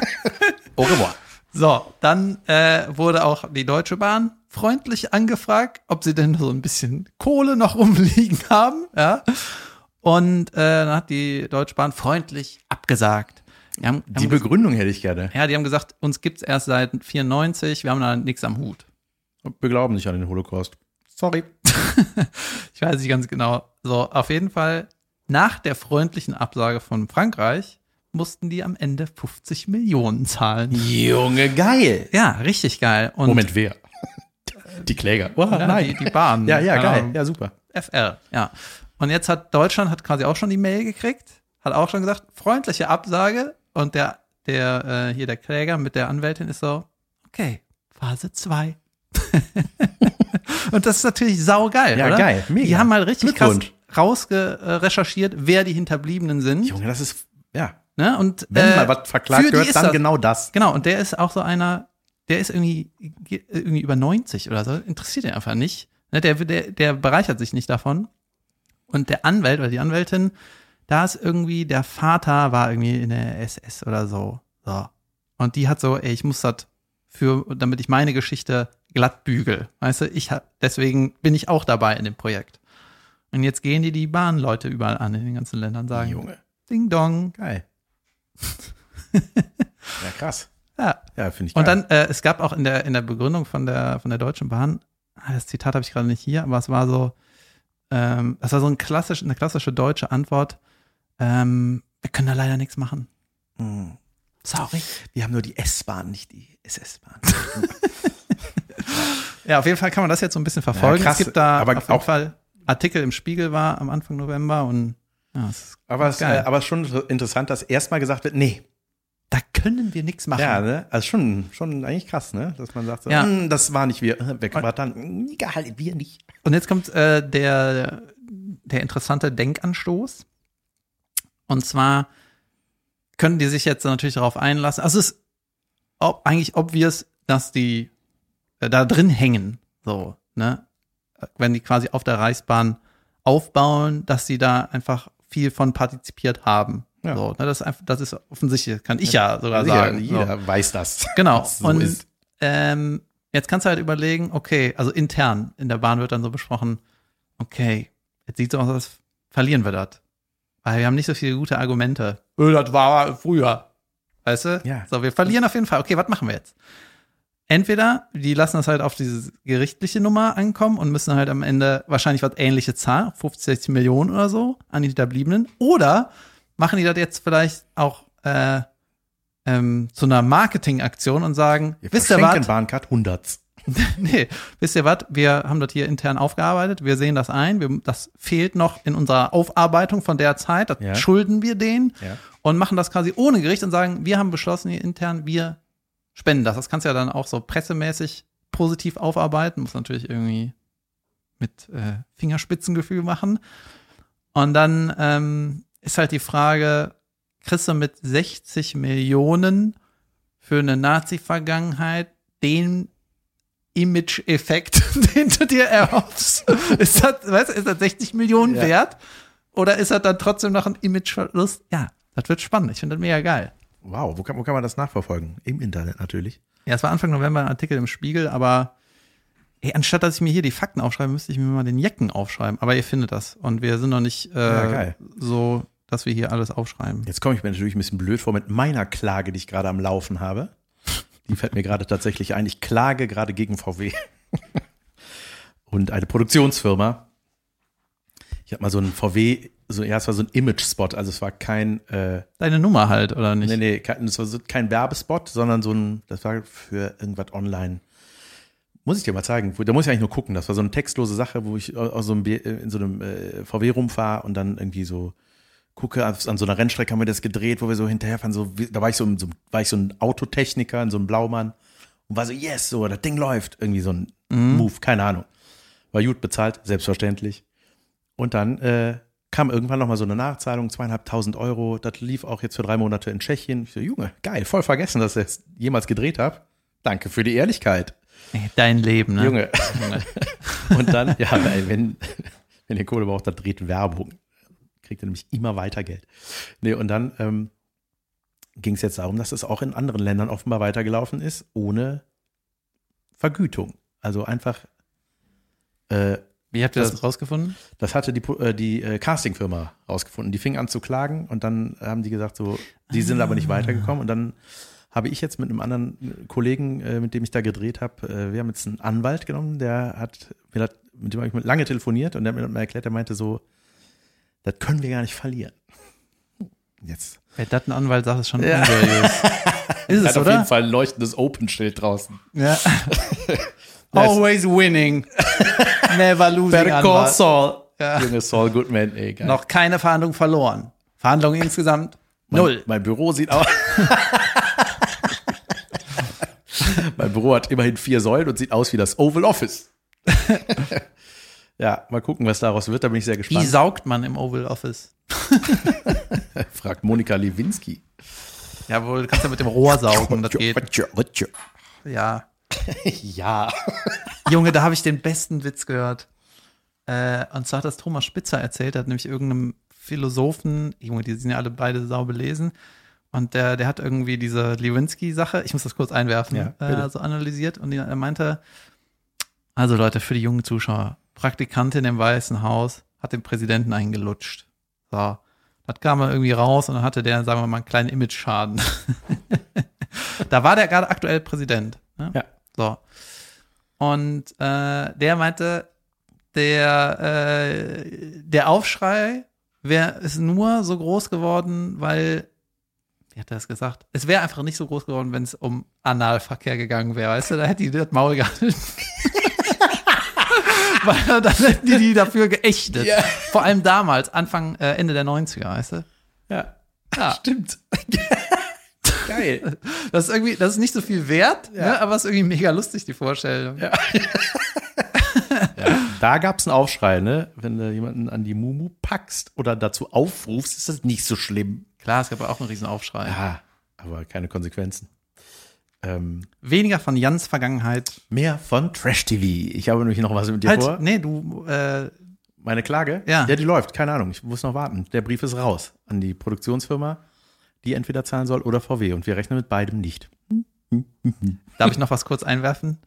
[LAUGHS] Au revoir. So, dann äh, wurde auch die Deutsche Bahn freundlich angefragt, ob sie denn so ein bisschen Kohle noch [LAUGHS] rumliegen haben. Ja? Und äh, dann hat die Deutsche Bahn freundlich abgesagt. Die haben, Die haben gesagt, Begründung hätte ich gerne. ja, die haben gesagt, uns gibt's erst seit 94, wir haben da nichts am Hut. Wir glauben nicht an den Holocaust. Sorry. Ich weiß nicht ganz genau. So, auf jeden Fall, nach der freundlichen Absage von Frankreich mussten die am Ende 50 Millionen zahlen. Junge, geil. Ja, richtig geil. Und Hm. [LAUGHS] Moment, wer? Die Kläger. Oh, Ja, nein. Die, die Bahn. ähm, Ja, ja, Keine geil. Ahnung. Ja, super. FR, ja. Und jetzt hat Deutschland hat quasi auch schon die Mail gekriegt, hat auch schon gesagt, freundliche Absage und der, der, äh, hier der Kläger mit der Anwältin ist so, okay, Phase 2. [LAUGHS] und das ist natürlich saugeil, Ja, oder? geil, mega. Die haben halt mal richtig krass Glückwunsch. rausgerecherchiert, wer die Hinterbliebenen sind. Junge, das ist, ja. Ne? Und, Wenn äh, mal was verklagt für die wird, ist dann das- genau das. Genau, und der ist auch so einer, der ist irgendwie, ge- irgendwie über 90 oder so, interessiert ihn einfach nicht. Ne, Der, der, der bereichert sich nicht davon. Und der Anwalt oder die Anwältin, da ist irgendwie, der Vater war irgendwie in der SS oder so. so. Und die hat so, ey, ich muss das für, damit ich meine Geschichte glatt bügel. Weißt du, ich hab, deswegen bin ich auch dabei in dem Projekt. Und jetzt gehen die die Bahnleute überall an in den ganzen Ländern, sagen, Junge, Ding Dong. [LAUGHS] geil. ja, krass. Ja, Ja, finde ich geil. Und dann, äh, es gab auch in der, in der Begründung von der, von der Deutschen Bahn, ah, das Zitat habe ich gerade nicht hier, aber es war so, ähm, das war so ein klassisch, eine klassische deutsche Antwort, ähm, wir können da leider nichts machen. Hm. Sorry. Wir haben nur die S-Bahn, nicht die SS-Bahn. Ja, auf jeden Fall kann man das jetzt so ein bisschen verfolgen. Ja, krass, es gibt da aber auf jeden auch- Fall Artikel im Spiegel war am Anfang November und ja, es ist, Aber es Geil. äh, aber es ist schon so interessant, dass erstmal gesagt wird, nee. da können wir nichts machen. Ja, ne? Also schon, schon eigentlich krass, ne? Dass man sagt, so, Ja. "Hm, das war nicht wir. [LAUGHS] Äh, Weg war dann. "Hm, Egal, wir nicht. Und jetzt kommt äh, der, der interessante Denkanstoß. Und zwar können die sich jetzt natürlich darauf einlassen. Also es ist ob, eigentlich obvious, dass die äh, da drin hängen. So, ne? Wenn die quasi auf der Reichsbahn aufbauen, dass sie da einfach viel von partizipiert haben. Ja. So, ne? das, ist einfach, das ist offensichtlich, kann ich ja, sogar Sicher, sagen. so. jeder weiß das. Genau. was [LAUGHS] so und ist. Ähm, jetzt kannst du halt überlegen, okay, also intern in der Bahn wird dann so besprochen, okay, jetzt sieht so aus, als verlieren wir das. Weil wir haben nicht so viele gute Argumente. Öh, das war früher. Weißt du? Ja. So, wir verlieren auf jeden Fall. Okay, was machen wir jetzt? Entweder die lassen das halt auf diese gerichtliche Nummer ankommen und müssen halt am Ende wahrscheinlich was ähnliche zahlen, 50, 60 Millionen oder so an die Hinterbliebenen. Oder machen die das jetzt vielleicht auch äh, ähm, zu einer Marketingaktion und sagen, wisst ihr was? Bahncard 100. [LAUGHS] Nee, wisst ihr was? Wir haben das hier intern aufgearbeitet. Wir sehen das ein. Wir, das fehlt noch in unserer Aufarbeitung von der Zeit. Das Ja. schulden wir denen Ja. und machen das quasi ohne Gericht und sagen, wir haben beschlossen hier intern, wir spenden das. Das kannst du ja dann auch so pressemäßig positiv aufarbeiten. Muss natürlich irgendwie mit äh, Fingerspitzengefühl machen. Und dann ähm, ist halt die Frage, kriegst du mit 60 Millionen für eine Nazi-Vergangenheit den Image-Effekt, [LAUGHS] den du dir erhoffst? ist, das, weißt, du, ist das 60 Millionen Ja. wert? Oder ist das dann trotzdem noch ein Imageverlust? Ja, das wird spannend. Ich finde das mega geil. Wow, wo kann, wo kann man das nachverfolgen? Im Internet natürlich. Ja, es war Anfang November ein Artikel im Spiegel, aber ey, anstatt dass ich mir hier die Fakten aufschreibe, müsste ich mir mal den Jecken aufschreiben. Aber ihr findet das. Und wir sind noch nicht äh, Ja, geil. so, dass wir hier alles aufschreiben. Jetzt komme ich mir natürlich ein bisschen blöd vor mit meiner Klage, die ich gerade am Laufen habe. Die fällt mir gerade tatsächlich ein. Ich klage gerade gegen VW [LAUGHS] und eine Produktionsfirma. Ich habe mal so einen VW, so, ja, es war so ein Image-Spot, also es war kein, äh, Deine Nummer halt, oder nicht? nee, nee, kein, es war so kein Werbespot, sondern so ein, das war für irgendwas online. Muss ich dir mal zeigen, wo- da muss ich eigentlich nur gucken. Das war so eine textlose Sache, wo ich au- aus so einem, B- äh, in so einem äh, VW rumfahre und dann irgendwie so gucke, auf- an so einer Rennstrecke haben wir das gedreht, wo wir so hinterherfahren, so, wie- da war ich so, ein- so, war ich so ein Autotechniker, in so einem Blaumann und war so, yes, so, das Ding läuft. Irgendwie so ein Mhm. Move, keine Ahnung. War gut bezahlt, selbstverständlich. Und dann äh, kam irgendwann nochmal so eine Nachzahlung, zweieinhalbtausend Euro. Das lief auch jetzt für drei Monate in Tschechien. Ich so, Junge, geil, voll vergessen, dass ich das jemals gedreht habe. Danke für die Ehrlichkeit, Ey, Dein Leben, ne? Junge. Und dann, ja, ey, wenn, wenn ihr Kohle braucht, dann dreht Werbung. Kriegt ihr nämlich immer weiter Geld. Nee, und dann ähm, ging es jetzt darum, dass es auch in anderen Ländern offenbar weitergelaufen ist, ohne Vergütung. Also einfach äh, Wie habt ihr das, Das- rausgefunden? das hatte die, Pu- äh, die äh, Castingfirma rausgefunden. Die fing an zu klagen und dann haben die gesagt, so, die sind aber nicht weitergekommen. Und dann habe ich jetzt mit einem anderen Kollegen, äh, mit dem ich da gedreht habe, äh, wir haben jetzt einen Anwalt genommen, der hat, mir das- mit dem habe ich mit- lange telefoniert und der hat mir das mal erklärt, der meinte so, das können wir gar nicht verlieren. Jetzt. Wer das ein Anwalt sagt, ist schon unseriös. ist es, oder? Fall ein leuchtendes Open-Schild [LAUGHS] draußen. Ja. Always [LAUGHS] winning. Never losing. Better call Anwalt. Saul. Ja. Junge Saul Goodman, ey, geil. Noch keine Verhandlung verloren. Verhandlungen insgesamt null. Mein Büro sieht aus. [LAUGHS] mein Büro hat immerhin vier Säulen und sieht aus wie das Oval Office. [LAUGHS] ja, mal gucken, was daraus wird. Da bin ich sehr Wie gespannt. saugt man im Oval Office? Fragt Monika Lewinsky. Jawohl, du kannst ja mit dem Rohr [LAUGHS] saugen, das geht. Ja. ja. Junge, da habe ich den besten Witz gehört. Äh, und zwar hat das Thomas Spitzer erzählt, der hat nämlich irgendeinem Philosophen, Junge, die sind ja alle beide sau belesen, und der, der hat irgendwie diese Lewinsky-Sache, ich muss das kurz einwerfen, Ja, bitte. äh, so analysiert und die- er meinte, also Leute, für die jungen Zuschauer, Praktikantin im Weißen Haus hat den Präsidenten eingelutscht. So. Das kam dann irgendwie raus und dann hatte der, sagen wir mal, einen kleinen Image-Schaden. [LAUGHS] da war der gerade aktuell Präsident. Ne? Ja. So. Und äh, der meinte, der, äh, der Aufschrei wär, ist nur so groß geworden, weil, wie hat er das gesagt? Es wäre einfach nicht so groß geworden, wenn es um Analverkehr gegangen wäre, weißt du? Da hätte die das [LAUGHS] Maul gehalten. weil dann hätten die die dafür geächtet. Ja. Vor allem damals, Anfang, äh, Ende der 90er, weißt du? ja. Ja. Stimmt. [LAUGHS] Geil. Das ist irgendwie, das ist nicht so viel wert, Ja. ne? aber es ist irgendwie mega lustig, die Vorstellung. Da gab es einen Aufschrei, ne? Wenn du jemanden an die Mumu packst oder dazu aufrufst, ist das nicht so schlimm. Klar, es gab auch einen riesen Aufschrei. Ja, aber keine Konsequenzen. Ähm, Weniger von Jans Vergangenheit. mehr von Trash TV. Ich habe nämlich noch was mit dir halt, vor. nee, du, äh, Meine Klage? Ja. Ja, die läuft. Keine Ahnung. Ich muss noch warten. Der Brief ist raus an die Produktionsfirma, die entweder zahlen soll oder VW. Und wir rechnen mit beidem nicht. darf ich noch was kurz einwerfen?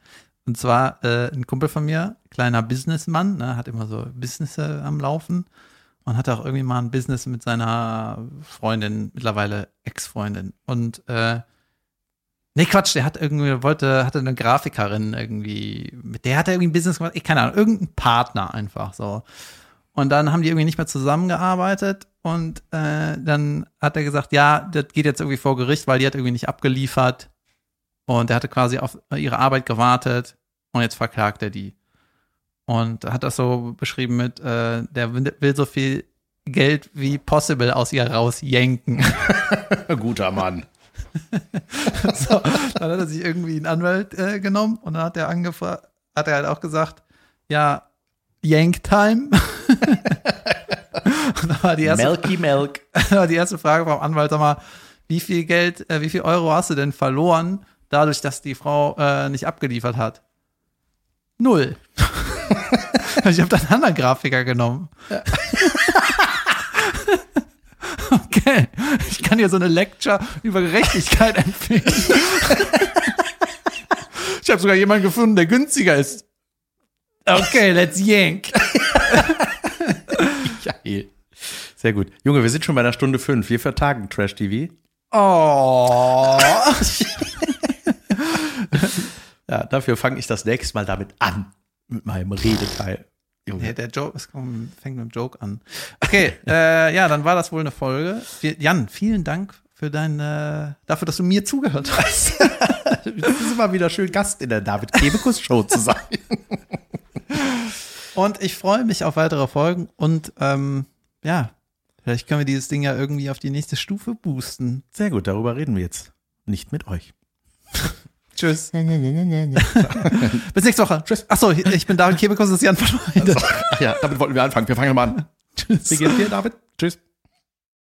Und zwar äh, ein Kumpel von mir, kleiner Businessmann, ne, hat immer so Business am Laufen. und hatte auch irgendwie mal ein Business mit seiner Freundin, mittlerweile Ex-Freundin. Und äh, nee, Quatsch, der hat irgendwie, wollte, hatte eine Grafikerin irgendwie, mit der hat er irgendwie ein Business gemacht, ich keine Ahnung, irgendein Partner einfach so. Und dann haben die irgendwie nicht mehr zusammengearbeitet und äh, dann hat er gesagt, ja, das geht jetzt irgendwie vor Gericht, weil die hat irgendwie nicht abgeliefert. Und er hatte quasi auf ihre Arbeit gewartet und jetzt verklagt er die. Und hat das so beschrieben mit, äh, der will so viel Geld wie possible aus ihr rausjenken. [LAUGHS] [LAUGHS] Guter Mann. so, dann hat er sich irgendwie einen Anwalt äh, genommen und dann hat er angefragt, hat er halt auch gesagt, ja, Yank-Time. [LAUGHS] und dann war die erste, Melky [LAUGHS] Melk. war [LAUGHS] die erste Frage vom Anwalt, sag mal, wie viel Geld, äh, wie viel Euro hast du denn verloren, dadurch, dass die Frau äh, nicht abgeliefert hat? Null. ich habe dann einen anderen Grafiker genommen. [LAUGHS] okay, ich kann dir so eine Lecture über Gerechtigkeit [LAUGHS] empfehlen. ich habe sogar jemanden gefunden, der günstiger ist. Okay, let's yank. Jail. eh. Sehr gut. Junge, wir sind schon bei einer Stunde fünf. Wir vertagen Trash TV. [LAUGHS] Oh. Ja, dafür fange ich das nächste Mal damit an. Mit meinem Redeteil. Junge. Nee, der Joke, es kommt, fängt mit dem Joke an. Okay, [LAUGHS] äh, ja, dann war das wohl eine Folge. Vi- Jan, vielen Dank für deine, dafür, dass du mir zugehört [LAUGHS] hast. Es ist immer wieder schön, Gast in der David Kebekus Show zu sein. [LAUGHS] Und ich freue mich auf weitere Folgen und ähm, ja, vielleicht können wir dieses Ding ja irgendwie auf die nächste Stufe boosten. Sehr gut, darüber reden wir jetzt. Nicht mit euch. Tschüss. Bis nächste Woche. Tschüss. Achso, ich- ich bin David Kebekus, das ist Jan von Weide. Ach ja, damit wollten wir anfangen. Wir fangen mal an. Tschüss. Wie geht's dir, David? Tschüss.